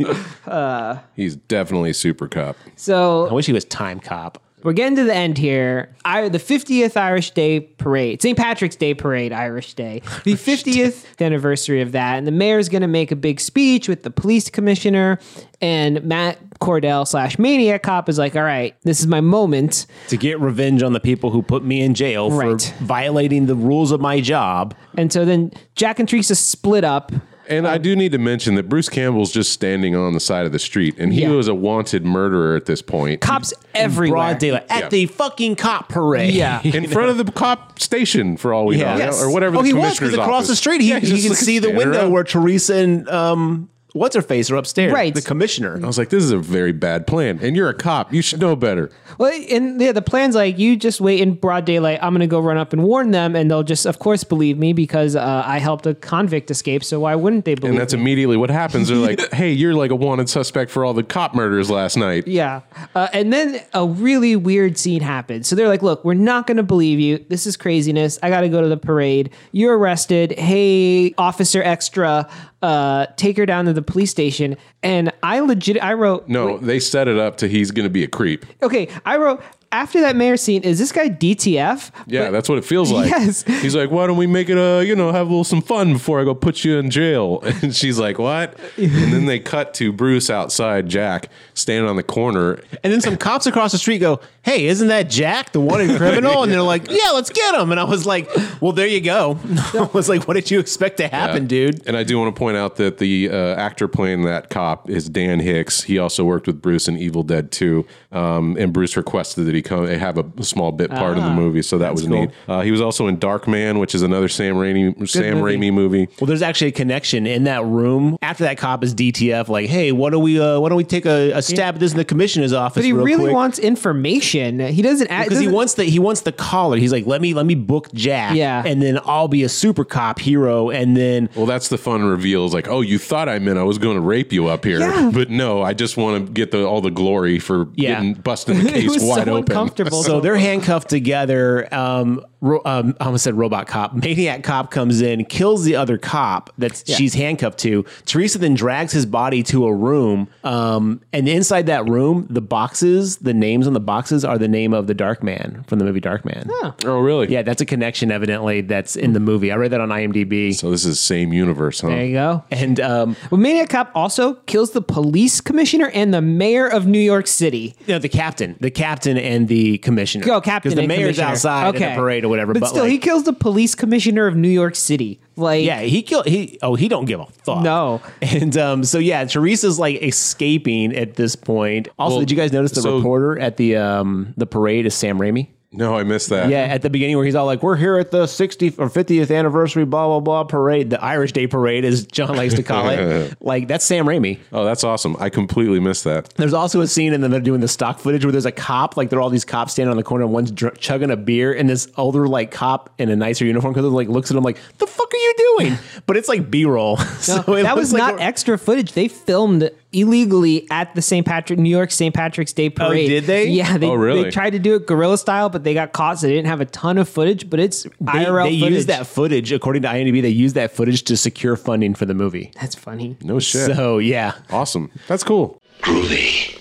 [SPEAKER 1] He's definitely super cop.
[SPEAKER 3] I
[SPEAKER 2] so
[SPEAKER 3] wish he was time cop.
[SPEAKER 2] we're getting to the end here. I, the 50th Irish Day Parade, St. Patrick's Day Parade, Irish Day, the 50th anniversary of that. And the mayor's going to make a big speech with the police commissioner. And Matt Cordell slash Maniac Cop is like, all right, this is my moment.
[SPEAKER 3] To get revenge on the people who put me in jail
[SPEAKER 2] Right.
[SPEAKER 3] for violating the rules of my job.
[SPEAKER 2] And so then Jack and Teresa split up.
[SPEAKER 1] And I do need to mention that Bruce Campbell's just standing on the side of the street, and he
[SPEAKER 2] Yeah.
[SPEAKER 1] was a wanted murderer at this point.
[SPEAKER 2] Cops everywhere.
[SPEAKER 3] Broad daylight at
[SPEAKER 1] Yeah.
[SPEAKER 3] the fucking cop parade.
[SPEAKER 2] Yeah.
[SPEAKER 1] in front of the cop station for all we know,
[SPEAKER 3] Yeah.
[SPEAKER 1] or whatever.
[SPEAKER 3] Oh,
[SPEAKER 1] the
[SPEAKER 3] he was
[SPEAKER 1] commissioner's
[SPEAKER 3] because across the
[SPEAKER 1] office.
[SPEAKER 3] street, he,
[SPEAKER 1] Yeah, he's
[SPEAKER 3] he
[SPEAKER 1] just
[SPEAKER 3] can
[SPEAKER 1] looking
[SPEAKER 3] see the
[SPEAKER 1] standing
[SPEAKER 3] window
[SPEAKER 1] around.
[SPEAKER 3] where Teresa and um, what's her face are upstairs.
[SPEAKER 2] Right.
[SPEAKER 3] the commissioner.
[SPEAKER 1] I was like, "This is a very bad plan," and you're a cop; you should know better.
[SPEAKER 2] Well, and yeah, the plan's like you just wait in broad daylight. I'm gonna go run up and warn them, and they'll just, of course, believe me because uh, I helped a convict escape. So why wouldn't they believe?
[SPEAKER 1] And that's
[SPEAKER 2] me?
[SPEAKER 1] immediately what happens. They're like, "Hey, you're like a wanted suspect for all the cop murders last night."
[SPEAKER 2] yeah. Uh, and then a really weird scene happens. So they're like, "Look, we're not gonna believe you. This is craziness. I gotta go to the parade. You're arrested. Hey, officer extra, uh, take her down to the police station." And I legit, I wrote,
[SPEAKER 1] No, they set it up to he's going to be a creep.
[SPEAKER 2] okay, I wrote." After that mayor scene, is this guy DTF?
[SPEAKER 1] Yeah, that's what it feels like.
[SPEAKER 2] Yes.
[SPEAKER 1] He's like, why don't we make it a, you know, have a little some fun before I go put you in jail? And she's like, what? And then they cut to Bruce outside Jack standing on the corner.
[SPEAKER 3] And then some cops across the street go, "Hey, isn't that Jack, the wanted criminal?" And they're like, "Yeah, let's get him." And I was like, "Well, there you go." I was like, "What did you expect to happen, dude?"
[SPEAKER 1] And I do want to point out that the uh, actor playing that cop is Dan Hicks. He also worked with Bruce in Evil Dead 2. Um, and Bruce requested that he come eh, have a small bit part
[SPEAKER 2] Ah,
[SPEAKER 1] in the movie, so that was neat. Uh, he was also in Dark Man, which is another Sam Raimi Sam
[SPEAKER 2] movie.
[SPEAKER 1] Raimi movie.
[SPEAKER 3] Well, there's actually a connection in that room. After that cop is DTF, like, "Hey, why don't we? Uh, why don't we take a, a stab at this in the commissioner's office?"
[SPEAKER 2] But he
[SPEAKER 3] real
[SPEAKER 2] really
[SPEAKER 3] quick?
[SPEAKER 2] wants information. He doesn't act
[SPEAKER 3] because he
[SPEAKER 2] doesn't-
[SPEAKER 3] wants the he wants the collar. He's like, let me let me book Jack,
[SPEAKER 2] Yeah.
[SPEAKER 3] and then I'll be a super cop hero, and then
[SPEAKER 1] Well, that's the fun reveal. Is like, oh, you thought I meant I was going to rape you up here,
[SPEAKER 2] Yeah.
[SPEAKER 1] but no, I just want to get the all the glory for
[SPEAKER 3] Yeah.
[SPEAKER 1] getting busting the
[SPEAKER 2] It
[SPEAKER 1] case
[SPEAKER 2] was
[SPEAKER 1] wide
[SPEAKER 2] so
[SPEAKER 1] open.
[SPEAKER 2] uncomfortable.
[SPEAKER 3] so they're handcuffed together. Um, Ro- um, I almost said robot cop. Maniac cop comes in, kills the other cop that she's handcuffed to. Teresa then drags his body to a room, um, and inside that room, the boxes, the names on the boxes are the name of the Dark Man from the movie Dark Man.
[SPEAKER 1] Oh, really?
[SPEAKER 3] Yeah, that's a connection evidently that's in the movie. I read that on IMDb.
[SPEAKER 1] So this is same universe, huh?
[SPEAKER 2] There you go.
[SPEAKER 3] and um,
[SPEAKER 2] Well, Maniac Cop also kills the police commissioner and the mayor of New York City.
[SPEAKER 3] you know, the captain, the captain, and the commissioner.
[SPEAKER 2] Go, Oh, captain.
[SPEAKER 3] Because the
[SPEAKER 2] and
[SPEAKER 3] mayor's
[SPEAKER 2] commissioner.
[SPEAKER 3] outside in the parade or whatever.
[SPEAKER 2] But,
[SPEAKER 3] But,
[SPEAKER 2] still,
[SPEAKER 3] like,
[SPEAKER 2] he kills the police commissioner of New York City. Like,
[SPEAKER 3] Yeah, he killed. He oh, he don't give a fuck.
[SPEAKER 2] No.
[SPEAKER 3] and um, so yeah, Teresa's like escaping at this point. Also,
[SPEAKER 1] Well,
[SPEAKER 3] did you guys notice the
[SPEAKER 1] so-
[SPEAKER 3] reporter at the um the parade is Sam Raimi?
[SPEAKER 1] No, I missed that.
[SPEAKER 3] Yeah, at the beginning where he's all like, "We're here at the 60th or 50th anniversary, blah blah blah parade, the Irish Day parade," as John likes to call it. like that's Sam Raimi.
[SPEAKER 1] Oh, that's awesome. I completely missed that.
[SPEAKER 3] There's also a scene, and then they're doing the stock footage where there's a cop, like there are all these cops standing on the corner, and one's dr- chugging a beer, and this older like cop in a nicer uniform comes up, like looks at him like, "The fuck are you doing?" But it's like B-roll, so it
[SPEAKER 2] that
[SPEAKER 3] looks
[SPEAKER 2] was
[SPEAKER 3] like
[SPEAKER 2] not
[SPEAKER 3] a-
[SPEAKER 2] extra footage. They filmed illegally at the St. Patrick, New York St. Patrick's Day parade.
[SPEAKER 3] Oh, did they?
[SPEAKER 2] Yeah. They,
[SPEAKER 1] Oh, really?
[SPEAKER 2] They tried to do it guerrilla style, but they got caught, so they didn't have a ton of footage. But it's
[SPEAKER 3] They,
[SPEAKER 2] IRL
[SPEAKER 3] they
[SPEAKER 2] footage.
[SPEAKER 3] used that footage, according to IMDb, they used that footage to secure funding for the movie.
[SPEAKER 2] That's funny.
[SPEAKER 1] No shit.
[SPEAKER 3] So yeah,
[SPEAKER 1] awesome. That's cool.
[SPEAKER 7] Groovy.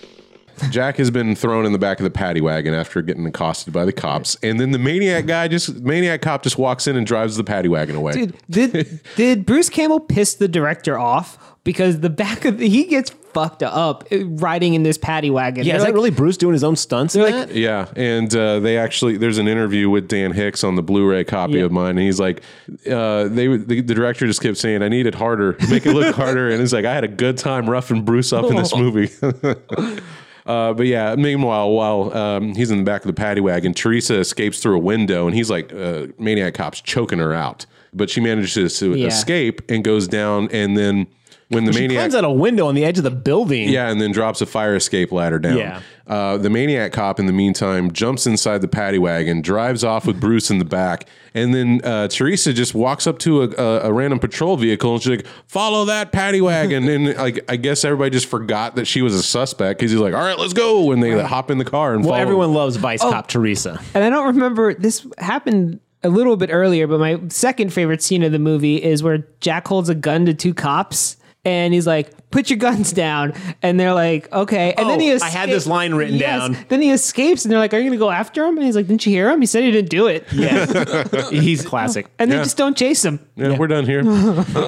[SPEAKER 1] Jack has been thrown in the back of the paddy wagon after getting accosted by the cops, and then the maniac guy just maniac cop just walks in and drives the paddy wagon away.
[SPEAKER 2] Dude, did did Bruce Campbell piss the director off because the back of the, he gets fucked up uh, riding in this paddy wagon?
[SPEAKER 3] yeah.
[SPEAKER 2] They're
[SPEAKER 3] Is
[SPEAKER 2] like,
[SPEAKER 3] that really Bruce doing his own stunts? In
[SPEAKER 2] they're
[SPEAKER 3] that?
[SPEAKER 2] like-
[SPEAKER 1] Yeah, and uh, they actually there's an interview with Dan Hicks on the Blu-ray copy of mine, and he's like, uh, they the, the director just kept saying, "I need it harder, make it look harder," and it's like, I had a good time roughing Bruce up in
[SPEAKER 3] Oh.
[SPEAKER 1] this movie. Uh, but yeah, meanwhile, while um, he's in the back of the paddy wagon, Teresa escapes through a window and he's like, uh, maniac cops choking her out. But she manages to
[SPEAKER 2] Yeah.
[SPEAKER 1] escape and goes down. And then when the
[SPEAKER 3] She
[SPEAKER 1] maniac
[SPEAKER 3] climbs out a window on the edge of the building.
[SPEAKER 1] yeah, and then drops a fire escape ladder down.
[SPEAKER 3] Yeah.
[SPEAKER 1] Uh, the maniac cop, in the meantime, jumps inside the paddy wagon, drives off with Bruce in the back, and then uh, Teresa just walks up to a, a, a random patrol vehicle and she's like, "Follow that paddy wagon." and like, I guess everybody just forgot that she was a suspect because he's like, "All right, let's go," and they hop in the car and
[SPEAKER 3] Well,
[SPEAKER 1] follow.
[SPEAKER 3] everyone loves Vice
[SPEAKER 2] Oh.
[SPEAKER 3] Cop Teresa.
[SPEAKER 2] and I don't remember this happened a little bit earlier, but my second favorite scene of the movie is where Jack holds a gun to two cops. And he's like, "Put your guns down," and they're like, "Okay." And then
[SPEAKER 3] Oh,
[SPEAKER 2] he,
[SPEAKER 3] I had this line written down.
[SPEAKER 2] Then he escapes, and they're like, "Are you going to go after him?" And he's like, "Didn't you hear him? He said he didn't do it."
[SPEAKER 3] Yeah, he's classic.
[SPEAKER 2] And
[SPEAKER 1] Yeah.
[SPEAKER 2] they just don't chase him.
[SPEAKER 1] Yeah, we're done here.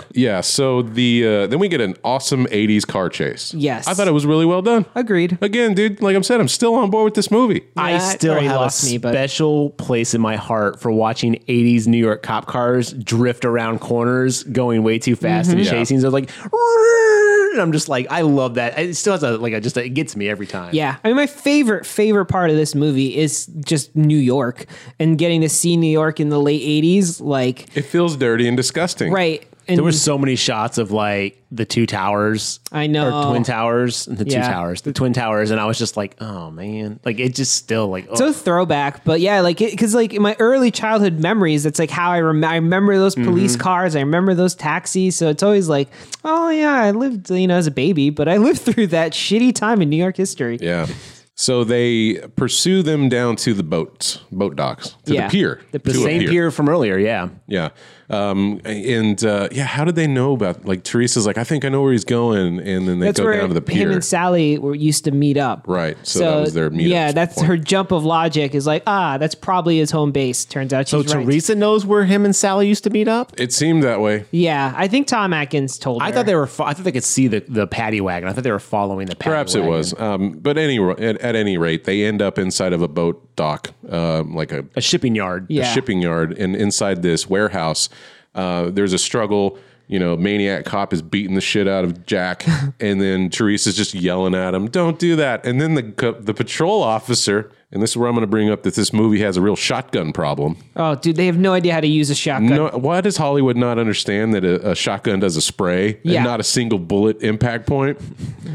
[SPEAKER 1] yeah. So the uh, then we get an awesome '80s car chase.
[SPEAKER 2] Yes.
[SPEAKER 1] I thought it was really well done.
[SPEAKER 2] Agreed.
[SPEAKER 1] Again, dude, like I am said, I'm still on board with this movie.
[SPEAKER 2] That
[SPEAKER 3] I still
[SPEAKER 2] already
[SPEAKER 3] have a
[SPEAKER 2] lost me, but-
[SPEAKER 3] special place in my heart for watching 80s New York cop cars drift around corners, going way too fast and
[SPEAKER 2] Mm-hmm.
[SPEAKER 1] Yeah.
[SPEAKER 3] chasing. So like, "Rrrr," and I'm just like, I love that. It still has a like, a, just it gets me every time.
[SPEAKER 2] Yeah. I mean, my favorite, favorite part of this movie is just New York and getting to see New York in the late 80s. Like,
[SPEAKER 1] It feels dirty and disgusting.
[SPEAKER 2] right. And
[SPEAKER 3] There were so many shots of like the two towers.
[SPEAKER 2] I know.
[SPEAKER 3] Or twin towers. The
[SPEAKER 2] Yeah.
[SPEAKER 3] two towers. The twin towers. And I was just like, oh man. Like it just still like oh.
[SPEAKER 2] so throwback, but yeah, like because like in my early childhood memories, that's like how I, rem- I remember those
[SPEAKER 1] Mm-hmm.
[SPEAKER 2] police cars, I remember those taxis. So it's always like, oh yeah, I lived you know as a baby, but I lived through that shitty time in New York history.
[SPEAKER 1] Yeah. So they pursue them down to the boats, boat docks, to
[SPEAKER 2] Yeah.
[SPEAKER 1] the pier,
[SPEAKER 2] The
[SPEAKER 1] To
[SPEAKER 3] the
[SPEAKER 1] a
[SPEAKER 3] same pier. from earlier, yeah.
[SPEAKER 1] Yeah. Um, and uh, yeah, how did they know about? Like Teresa's like, I think I know where he's going, and then they
[SPEAKER 2] That's
[SPEAKER 1] go
[SPEAKER 2] where
[SPEAKER 1] down to the pier.
[SPEAKER 2] him and Sally were used to meet up.
[SPEAKER 1] Right, so that was their meetup
[SPEAKER 2] Yeah, that's
[SPEAKER 1] point.
[SPEAKER 2] her jump of logic is like, ah, that's probably his home base. Turns out
[SPEAKER 3] So
[SPEAKER 2] she's right.
[SPEAKER 3] Teresa knows where him and Sally used to meet up.
[SPEAKER 1] it seemed that way.
[SPEAKER 2] Yeah, I think Tom Atkins told.
[SPEAKER 3] I
[SPEAKER 2] her.
[SPEAKER 3] thought they were. Fo- I thought they could see the the paddy wagon. I thought they were following the. Paddy
[SPEAKER 1] Perhaps it
[SPEAKER 3] wagon.
[SPEAKER 1] was. Um, but any at, at any rate, they end up inside of a boat dock, um, like a
[SPEAKER 3] a shipping yard.
[SPEAKER 1] the
[SPEAKER 2] Yeah.
[SPEAKER 1] shipping yard and inside this warehouse uh, there's a struggle you know maniac cop is beating the shit out of jack and then teresa's just yelling at him don't do that and then the co- the patrol officer and this is where i'm going to bring up that this movie has a real shotgun problem
[SPEAKER 2] Oh, dude, they have no idea how to use a shotgun.
[SPEAKER 1] no, why does hollywood not understand that a, a shotgun does a spray
[SPEAKER 2] Yeah.
[SPEAKER 1] and not a single bullet impact point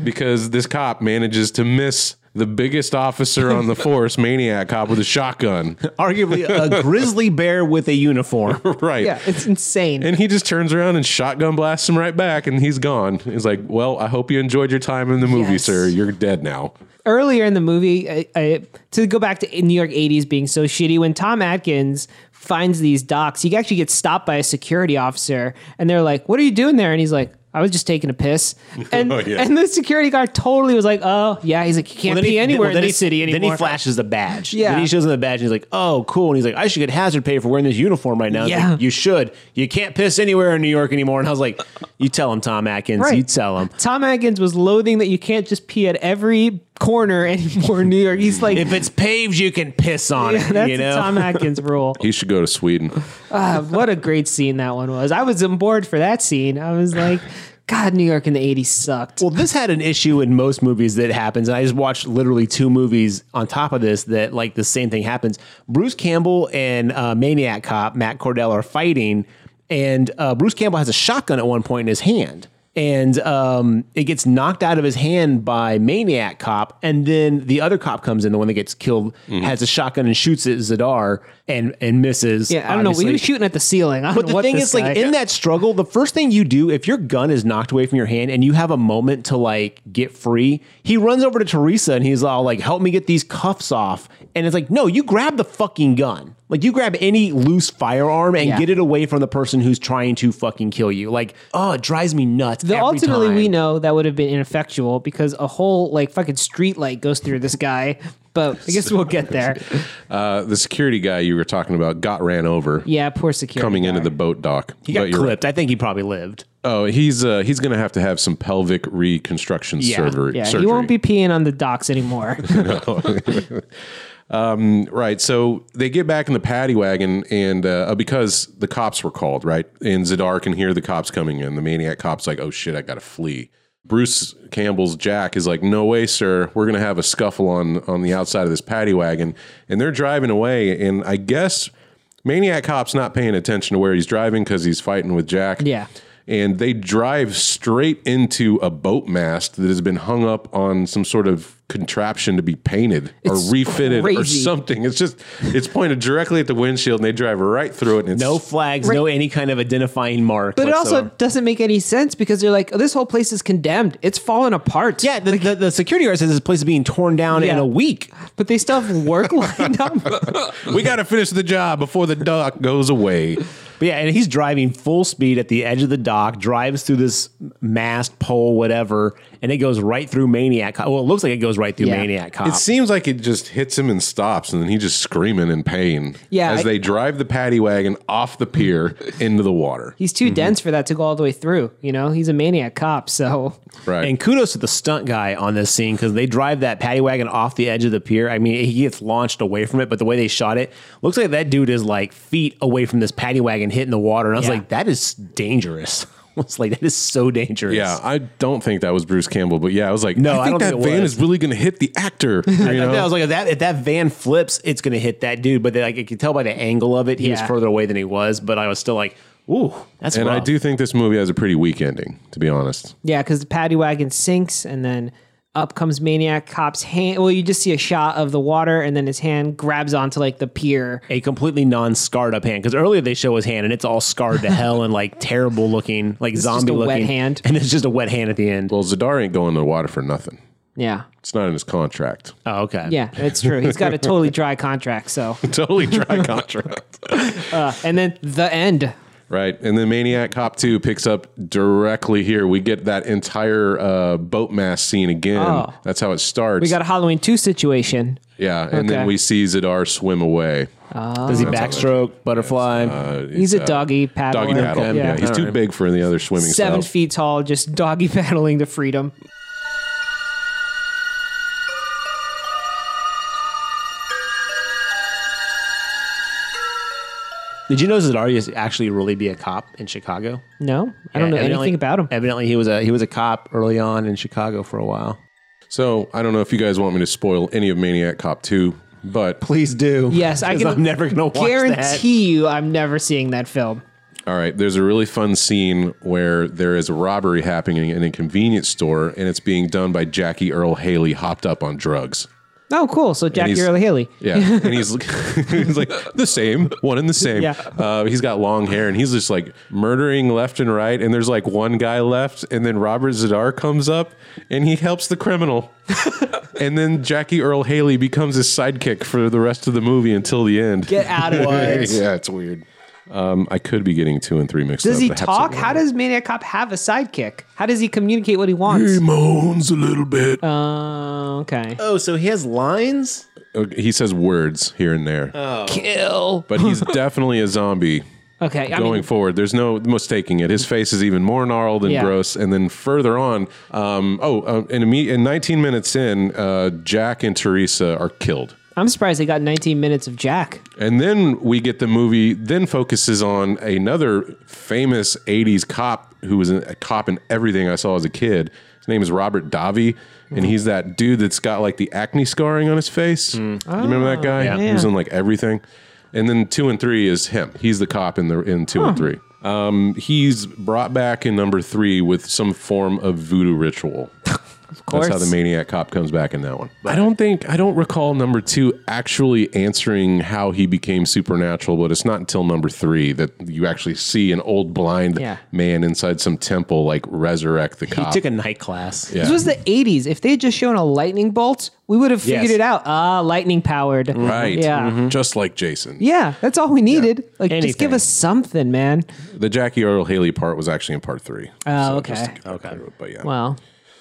[SPEAKER 1] because this cop manages to miss the biggest officer on the force, maniac cop with a shotgun.
[SPEAKER 3] Arguably a grizzly bear with a uniform.
[SPEAKER 1] right.
[SPEAKER 2] Yeah, it's insane.
[SPEAKER 1] And he just turns around and shotgun blasts him right back, and he's gone. He's like, "Well, I hope you enjoyed your time in the movie,
[SPEAKER 6] Yes.
[SPEAKER 1] sir. You're dead now."
[SPEAKER 2] earlier in the movie, I, I, to go back to New York 80s being so shitty, when Tom Atkins finds these docks, he actually gets stopped by a security officer and they're like, What are you doing there? And he's like, I was just taking a piss. And,
[SPEAKER 1] Oh, yeah.
[SPEAKER 2] and the security guard totally was like, Oh, yeah. He's like, You can't
[SPEAKER 3] Well,
[SPEAKER 2] pee anywhere
[SPEAKER 3] well,
[SPEAKER 2] in
[SPEAKER 3] then
[SPEAKER 2] the
[SPEAKER 3] he-
[SPEAKER 2] city anymore.
[SPEAKER 3] Then he flashes the badge.
[SPEAKER 2] Yeah.
[SPEAKER 3] Then he shows him the badge and he's like, oh, cool. And he's like, I should get hazard pay for wearing this uniform right now. It's
[SPEAKER 2] Yeah.
[SPEAKER 3] Like, you should. You can't piss anywhere in New York anymore. And I was like, you tell him, Tom Atkins.
[SPEAKER 2] Right.
[SPEAKER 3] You tell him.
[SPEAKER 2] Tom Atkins was loathing that you can't just pee at every corner anymore in New York. He's like,
[SPEAKER 3] If it's paved, you can piss on
[SPEAKER 2] Yeah,
[SPEAKER 3] it.
[SPEAKER 2] that's
[SPEAKER 3] you
[SPEAKER 2] the
[SPEAKER 3] know?
[SPEAKER 2] Tom Atkins rule.
[SPEAKER 1] He should go to Sweden.
[SPEAKER 2] Ah, what a great scene that one was. I was on board for that scene. I was like, God, New York in the 80s sucked.
[SPEAKER 3] Well, this had an issue in most movies that happens. And I just watched literally two movies on top of this that like the same thing happens. Bruce Campbell and uh, Maniac Cop Matt Cordell are fighting, and uh, Bruce Campbell has a shotgun at one point in his hand. And um, it gets knocked out of his hand by Maniac Cop, and then the other cop comes in, the one that gets killed,
[SPEAKER 2] Mm-hmm.
[SPEAKER 3] has a shotgun and shoots at Zadar and and misses.
[SPEAKER 2] Yeah, I don't know. We were
[SPEAKER 3] obviously.
[SPEAKER 2] shooting at the ceiling. I don't
[SPEAKER 3] But
[SPEAKER 2] know
[SPEAKER 3] the
[SPEAKER 2] what
[SPEAKER 3] thing
[SPEAKER 2] this
[SPEAKER 3] is, like
[SPEAKER 2] guy-
[SPEAKER 3] in that struggle, the first thing you do if your gun is knocked away from your hand and you have a moment to like get free, he runs over to Teresa and he's all like, "Help me get these cuffs off." And it's like, no, you grab the fucking gun. Like you grab any loose firearm and
[SPEAKER 2] Yeah.
[SPEAKER 3] get it away from the person who's trying to fucking kill you. Like, oh, it drives me nuts.
[SPEAKER 2] The-
[SPEAKER 3] every
[SPEAKER 2] ultimately,
[SPEAKER 3] time.
[SPEAKER 2] we know that would have been ineffectual because a whole like fucking street light goes through this guy. But I guess we'll get there.
[SPEAKER 1] Uh, the security guy you were talking about got ran over.
[SPEAKER 2] Yeah, poor security.
[SPEAKER 1] Coming into the boat dock.
[SPEAKER 3] he got
[SPEAKER 1] But you're-
[SPEAKER 3] clipped. I think he probably lived.
[SPEAKER 1] Oh, he's uh, he's going to have to have some pelvic reconstruction
[SPEAKER 3] Yeah.
[SPEAKER 1] surgery.
[SPEAKER 2] yeah,
[SPEAKER 1] surgery.
[SPEAKER 2] you won't be peeing on the docks anymore.
[SPEAKER 1] Right. So they get back in the paddy wagon, and uh, because the cops were called, right? And Zadar can hear the cops coming in. The maniac cop's like, oh shit, I got to flee. Bruce Campbell's Jack is like, no way, sir. We're going to have a scuffle on, on the outside of this paddy wagon. And they're driving away. And I guess Maniac Cop's not paying attention to where he's driving because he's fighting with Jack.
[SPEAKER 2] Yeah.
[SPEAKER 1] And they drive straight into a boat mast that has been hung up on some sort of contraption to be painted
[SPEAKER 2] It's
[SPEAKER 1] or refitted or
[SPEAKER 2] crazy.
[SPEAKER 1] something something. It's just it's pointed directly at the windshield, and they drive right through it. And it's
[SPEAKER 3] No flags,
[SPEAKER 2] Right.
[SPEAKER 3] no any kind of identifying mark.
[SPEAKER 2] but it also
[SPEAKER 3] whatsoever.
[SPEAKER 2] doesn't make any sense because they're like, oh, this whole place is condemned. It's fallen apart.
[SPEAKER 3] Yeah, the, the, the security guard says this place is being torn down in
[SPEAKER 2] Yeah.
[SPEAKER 3] a week.
[SPEAKER 2] but they still have work lined up.
[SPEAKER 1] we got to finish the job before the dock goes away.
[SPEAKER 3] But yeah, and he's driving full speed at the edge of the dock, drives through this mast pole, whatever, and it goes right through Maniac Cop. Well, it looks like it goes right through
[SPEAKER 2] Yeah.
[SPEAKER 3] Maniac Cop.
[SPEAKER 1] It seems like it just hits him and stops, and then he just screaming in pain.
[SPEAKER 2] Yeah,
[SPEAKER 1] as
[SPEAKER 2] I-
[SPEAKER 1] they drive the paddy wagon off the pier into the water.
[SPEAKER 2] He's too dense for that to go all the way through. You know, he's a maniac cop. So
[SPEAKER 1] Right.
[SPEAKER 3] and kudos to the stunt guy on this scene because they drive that paddy wagon off the edge of the pier. I mean, he gets launched away from it, but the way they shot it looks like that dude is like feet away from this paddy wagon hitting the water. And I was
[SPEAKER 2] Yeah.
[SPEAKER 3] like, that is dangerous. I was like, that is so dangerous.
[SPEAKER 1] yeah, I don't think that was Bruce Campbell, but yeah, I was like, I
[SPEAKER 3] No, I
[SPEAKER 1] think
[SPEAKER 3] don't
[SPEAKER 1] that
[SPEAKER 3] think it
[SPEAKER 1] van
[SPEAKER 3] was.
[SPEAKER 1] is really going to hit the actor. You know?
[SPEAKER 3] I was like, if that if that van flips, it's gonna hit that dude. But then, like, I could tell by the angle of it, he was
[SPEAKER 2] Yeah.
[SPEAKER 3] further away than he was. But I was still like, ooh, that's.
[SPEAKER 1] and I
[SPEAKER 3] rough.
[SPEAKER 1] do think this movie has a pretty weak ending, to be honest.
[SPEAKER 2] Yeah, because the paddy wagon sinks, and then up comes maniac cop's hand. Well, you just see a shot of the water, and then his hand grabs onto like the pier.
[SPEAKER 3] a completely non-scarred up hand because earlier they show his hand and it's all scarred to hell and like terrible looking, like
[SPEAKER 2] just a
[SPEAKER 3] zombie
[SPEAKER 2] wet
[SPEAKER 3] looking
[SPEAKER 2] hand.
[SPEAKER 3] and it's just a wet hand at the end.
[SPEAKER 1] Well, Zadar ain't going to the water for nothing.
[SPEAKER 2] Yeah,
[SPEAKER 1] It's not in his contract.
[SPEAKER 3] Oh, okay,
[SPEAKER 2] yeah, that's true. He's got a totally dry contract. So,
[SPEAKER 1] totally dry contract.
[SPEAKER 2] and then the end.
[SPEAKER 1] Right. And then Maniac Cop 2 picks up directly here. We get that entire uh, boat mast scene again.
[SPEAKER 2] Oh.
[SPEAKER 1] That's how it starts.
[SPEAKER 2] We got a Halloween two situation.
[SPEAKER 1] yeah. And
[SPEAKER 2] Okay.
[SPEAKER 1] then we see Zadar swim away.
[SPEAKER 3] Does he backstroke butterfly?
[SPEAKER 2] He's a doggy paddler.
[SPEAKER 1] Doggy paddle.
[SPEAKER 2] Okay.
[SPEAKER 1] Yeah.
[SPEAKER 2] Yeah.
[SPEAKER 1] He's too big for the other swimming
[SPEAKER 2] Seven
[SPEAKER 1] styles.
[SPEAKER 2] feet tall, just doggy paddling to freedom.
[SPEAKER 3] Did you know Zadar used to actually really be a cop in Chicago?
[SPEAKER 2] No, I don't know
[SPEAKER 3] Yeah, evidently-
[SPEAKER 2] anything about him.
[SPEAKER 3] Evidently, he was a he was a cop early on in Chicago for a while.
[SPEAKER 1] So I don't know if you guys want me to spoil any of Maniac Cop 2, but
[SPEAKER 3] Please do.
[SPEAKER 2] Yes, I
[SPEAKER 3] 'Cause
[SPEAKER 2] can
[SPEAKER 3] I'm never gonna watch that.
[SPEAKER 2] guarantee you, I'm never seeing that film.
[SPEAKER 1] All right. There's a really fun scene where there is a robbery happening in a convenience store, and it's being done by Jackie Earl Haley hopped up on drugs.
[SPEAKER 2] Oh, cool. So Jackie
[SPEAKER 1] he's-
[SPEAKER 2] Earl Haley.
[SPEAKER 1] Yeah, and he's he's like the same one and the same.
[SPEAKER 2] Yeah.
[SPEAKER 1] Uh, he's got long hair, and he's just like murdering left and right. And there's like one guy left, and then Robert Zadar comes up, and he helps the criminal. and then Jackie Earl Haley becomes his sidekick for the rest of the movie until the end.
[SPEAKER 2] Get out of here.
[SPEAKER 1] yeah, it's weird. Um, I could be getting two and three mixed up.
[SPEAKER 2] Does he
[SPEAKER 1] Perhaps it
[SPEAKER 2] talk?
[SPEAKER 1] was.
[SPEAKER 2] How does Maniac Cop have a sidekick? How does he communicate what he wants?
[SPEAKER 1] He moans a little bit.
[SPEAKER 2] Oh, okay.
[SPEAKER 3] Oh, so he has lines?
[SPEAKER 1] Okay, he says words here and there.
[SPEAKER 2] Kill.
[SPEAKER 1] But he's definitely a zombie.
[SPEAKER 2] Okay. I
[SPEAKER 1] going
[SPEAKER 2] mean,
[SPEAKER 1] forward. There's no mistaking it. His face is even more gnarled and
[SPEAKER 2] Yeah.
[SPEAKER 1] gross. And then further on, um, oh, uh, in, imme- in 19 minutes in, uh, Jack and Teresa are killed.
[SPEAKER 2] I'm surprised they got 19 minutes of Jack.
[SPEAKER 1] And then we get the movie, then focuses on another famous 80s cop who was a cop in everything I saw as a kid. His name is Robert Davi. And he's that dude that's got like the acne scarring on his face.
[SPEAKER 2] Mm.
[SPEAKER 1] You remember that guy?
[SPEAKER 2] Ah,
[SPEAKER 3] Yeah.
[SPEAKER 1] He was in like everything. And then two and three is him. He's the cop in the in two and three. Um, he's brought back in number three with some form of voodoo ritual.
[SPEAKER 2] Of course.
[SPEAKER 1] That's how the maniac cop comes back in that one. I don't think I don't recall number two actually answering how he became supernatural, but it's not until number three that you actually see an old blind
[SPEAKER 2] Yeah.
[SPEAKER 1] man inside some temple like resurrect the
[SPEAKER 3] He
[SPEAKER 1] cop.
[SPEAKER 3] took a night class.
[SPEAKER 1] Yeah.
[SPEAKER 2] This was the 80s. If they had just shown a lightning bolt, we would have figured
[SPEAKER 3] Yes.
[SPEAKER 2] it out. Ah, lightning powered.
[SPEAKER 1] Right. Mm-hmm.
[SPEAKER 2] Mm-hmm. Yeah.
[SPEAKER 1] Just like Jason.
[SPEAKER 2] Yeah, that's all we needed. Like, just give
[SPEAKER 3] Anything.
[SPEAKER 2] us something, man.
[SPEAKER 1] The Jackie Earl Haley part was actually in part three.
[SPEAKER 2] Oh, okay.
[SPEAKER 1] okay. But yeah.
[SPEAKER 2] Well,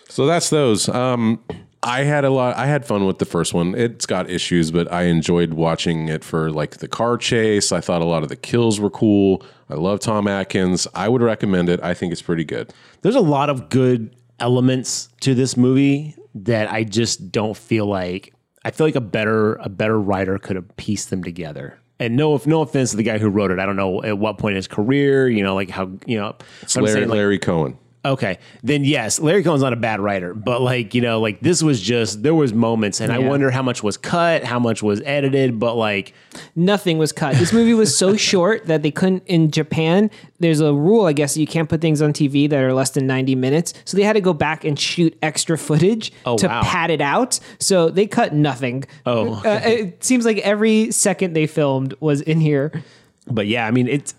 [SPEAKER 1] So that's those. Um, I had a lot. I had fun with the first one. It's got issues, but I enjoyed watching it for like the car chase. I thought a lot of the kills were cool. I love Tom Atkins. I would recommend it. I think it's pretty good.
[SPEAKER 3] There's a lot of good elements to this movie that I just don't feel like I feel like a better a better writer could have pieced them together. And no, if no offense to the guy who wrote it, I don't know at what point in his career, you know, like how you know. but I'm
[SPEAKER 1] Larry,
[SPEAKER 3] saying, like,
[SPEAKER 1] Larry Cohen.
[SPEAKER 3] Okay, then yes, Larry Cohen's not a bad writer, but like you know, like this was just there was moments, and I
[SPEAKER 2] Yeah.
[SPEAKER 3] wonder how much was cut, how much was edited, but like
[SPEAKER 2] nothing was cut. This movie was so short that they couldn't in Japan. There's a rule, I guess, that you can't put things on TV that are less than 90 minutes. So they had to go back and shoot extra footage
[SPEAKER 3] Oh,
[SPEAKER 2] to
[SPEAKER 3] wow.
[SPEAKER 2] pad it out. So they cut nothing.
[SPEAKER 3] Oh,
[SPEAKER 2] Uh, it seems like every second they filmed was in here.
[SPEAKER 3] but yeah, I mean, it's.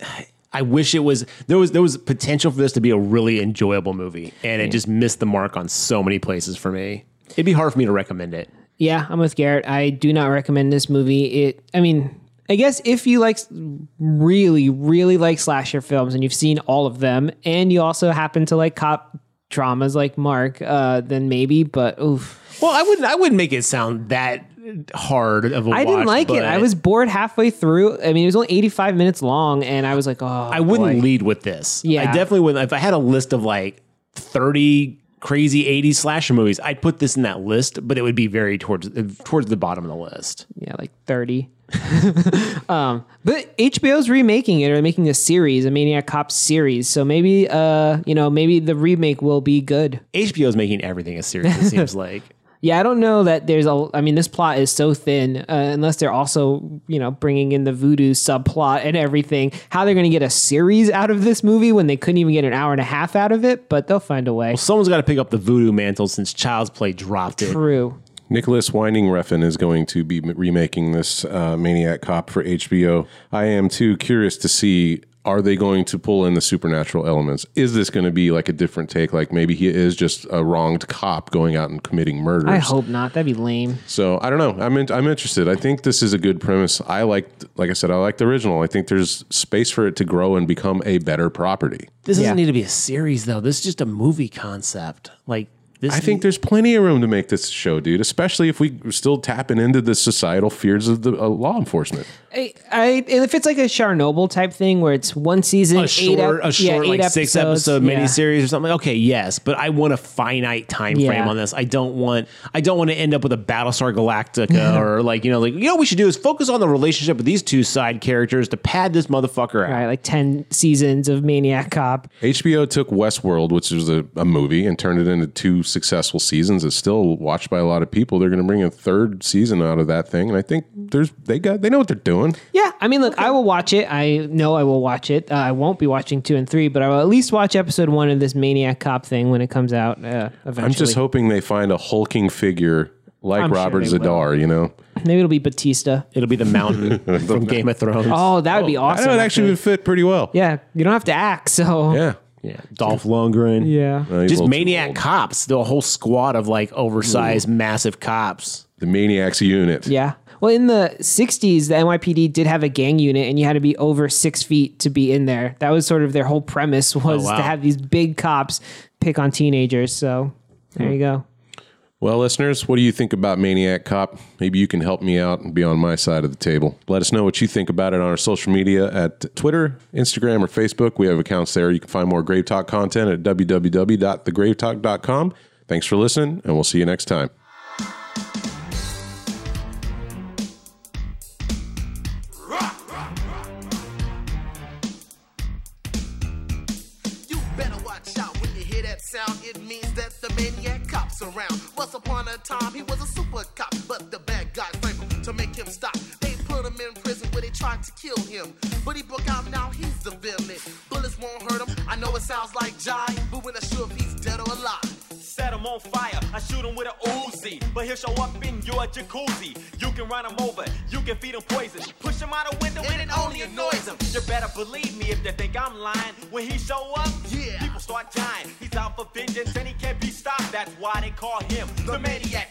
[SPEAKER 3] I wish it was there was there was potential for this to be a really enjoyable movie, and it just missed the mark on so many places for me. It'd be hard for me to recommend it.
[SPEAKER 2] Yeah, I'm with Garrett. I do not recommend this movie. It, I mean, I guess if you like really, really like slasher films and you've seen all of them, and you also happen to like cop dramas like Mark, uh, then maybe. But oof,
[SPEAKER 3] Well, I wouldn't I wouldn't make it sound that hard of a
[SPEAKER 2] I didn't
[SPEAKER 3] watch,
[SPEAKER 2] like it.
[SPEAKER 3] but
[SPEAKER 2] I was bored halfway through. I mean, it was only 85 minutes long, and I was like, oh,
[SPEAKER 3] I wouldn't lead with this.
[SPEAKER 2] Yeah.
[SPEAKER 3] I definitely wouldn't. If I had a list of like thirty crazy '80s slasher movies, I'd put this in that list, but it would be very towards uh, towards the bottom of the list.
[SPEAKER 2] yeah, like 30. um, but HBO's remaking it or making a series, a Maniac Cop series. So maybe, uh, you know, maybe the remake will be good.
[SPEAKER 3] HBO is making everything a series. It seems like.
[SPEAKER 2] Yeah, I don't know that there's a. I mean, this plot is so thin. Uh, unless they're also, you know, bringing in the voodoo subplot and everything. How they're going to get a series out of this movie when they couldn't even get an hour and a half out of it? But they'll find a way.
[SPEAKER 3] Someone's got to pick up the voodoo mantle since Child's Play dropped it.
[SPEAKER 2] True.
[SPEAKER 1] Nicholas Winding Refn is going to be m- remaking this uh, Maniac Cop for HBO. I am too curious to see are they going to pull in the supernatural elements? Is this going to be like a different take? Like maybe he is just a wronged cop going out and committing murders.
[SPEAKER 2] I hope not. That'd be lame.
[SPEAKER 1] So I don't know. I'm in, I'm interested. I think this is a good premise. I like, like I said, I like the original. I think there's space for it to grow and become a better property.
[SPEAKER 3] This
[SPEAKER 2] Yeah.
[SPEAKER 3] doesn't need to be a series though. This is just a movie concept. Like this.
[SPEAKER 1] I think there's plenty of room to make this show, dude. Especially if we still tapping into the societal fears of the uh, law enforcement.
[SPEAKER 2] I, I if it's like a Chernobyl type thing where it's one season,
[SPEAKER 3] a
[SPEAKER 2] eight,
[SPEAKER 3] short,
[SPEAKER 2] ep-
[SPEAKER 3] a short
[SPEAKER 2] yeah, eight
[SPEAKER 3] like six episode
[SPEAKER 2] yeah.
[SPEAKER 3] miniseries or something. Okay, yes, but I want a finite time
[SPEAKER 2] Yeah.
[SPEAKER 3] frame on this. I don't want I don't want to end up with a Battlestar Galactica or like you know like you know what we should do is focus on the relationship of these two side characters to pad this motherfucker out.
[SPEAKER 2] All right, like ten seasons of Maniac Cop.
[SPEAKER 1] HBO took Westworld, which was a, a movie, and turned it into two successful seasons. It's still watched by a lot of people. They're going to bring a third season out of that thing, and I think there's they got they know what they're doing.
[SPEAKER 2] Yeah, I mean, look, I will watch it. I know I will watch it. Uh, I won't be watching two and three, but I will at least watch episode one of this Maniac Cop thing when it comes out uh, eventually.
[SPEAKER 1] I'm just hoping they find a hulking figure like
[SPEAKER 2] I'm sure
[SPEAKER 1] Robert
[SPEAKER 2] they will.
[SPEAKER 1] Zadar. You know,
[SPEAKER 2] Maybe it'll be Batista.
[SPEAKER 3] It'll be the mountain from Game of Thrones.
[SPEAKER 2] Oh, that would be
[SPEAKER 1] I
[SPEAKER 2] awesome.
[SPEAKER 1] know it actually would fit pretty well.
[SPEAKER 2] Yeah, you don't have to act, so.
[SPEAKER 1] yeah.
[SPEAKER 3] yeah. Dolph Lundgren.
[SPEAKER 2] Yeah.
[SPEAKER 1] Uh, he's a
[SPEAKER 3] Just
[SPEAKER 1] little too
[SPEAKER 3] maniac
[SPEAKER 1] old.
[SPEAKER 3] cops. The whole squad of like oversized, massive cops.
[SPEAKER 1] the maniacs unit.
[SPEAKER 2] Yeah. Well, in the 60s, the NYPD did have a gang unit, and you had to be over six feet to be in there. That was sort of their whole premise was
[SPEAKER 1] Oh,
[SPEAKER 3] wow.
[SPEAKER 2] to have these big cops pick on teenagers. So
[SPEAKER 1] Hmm.
[SPEAKER 2] there you go.
[SPEAKER 1] Well, listeners, what do you think about Maniac Cop? Maybe you can help me out and be on my side of the table. Let us know what you think about it on our social media at Twitter, Instagram, or Facebook. We have accounts there. You can find more Grave Talk content at www.thegravetalk.com. Thanks for listening, and we'll see you next time.
[SPEAKER 9] You better watch out when you hear that sound. It means that the maniac cop's around. Once upon a time, he was a super cop, but the bad guys framed him to make him stop. They put him in prison where they tried to kill him, but he broke out. Now he's the villain. Bullets won't hurt him. I know it sounds like jive, but when I show if he's dead or alive.
[SPEAKER 10] Set him on fire. I shoot him with a Uzi, but he'll show up in your jacuzzi. You can run him over, you can feed him poison, push him out a window, and it only annoys him. You better believe me if they think I'm lying. When he show up,
[SPEAKER 9] Yeah.
[SPEAKER 10] people start dying. He's out for vengeance and he can't be stopped. That's why they call him the, maniac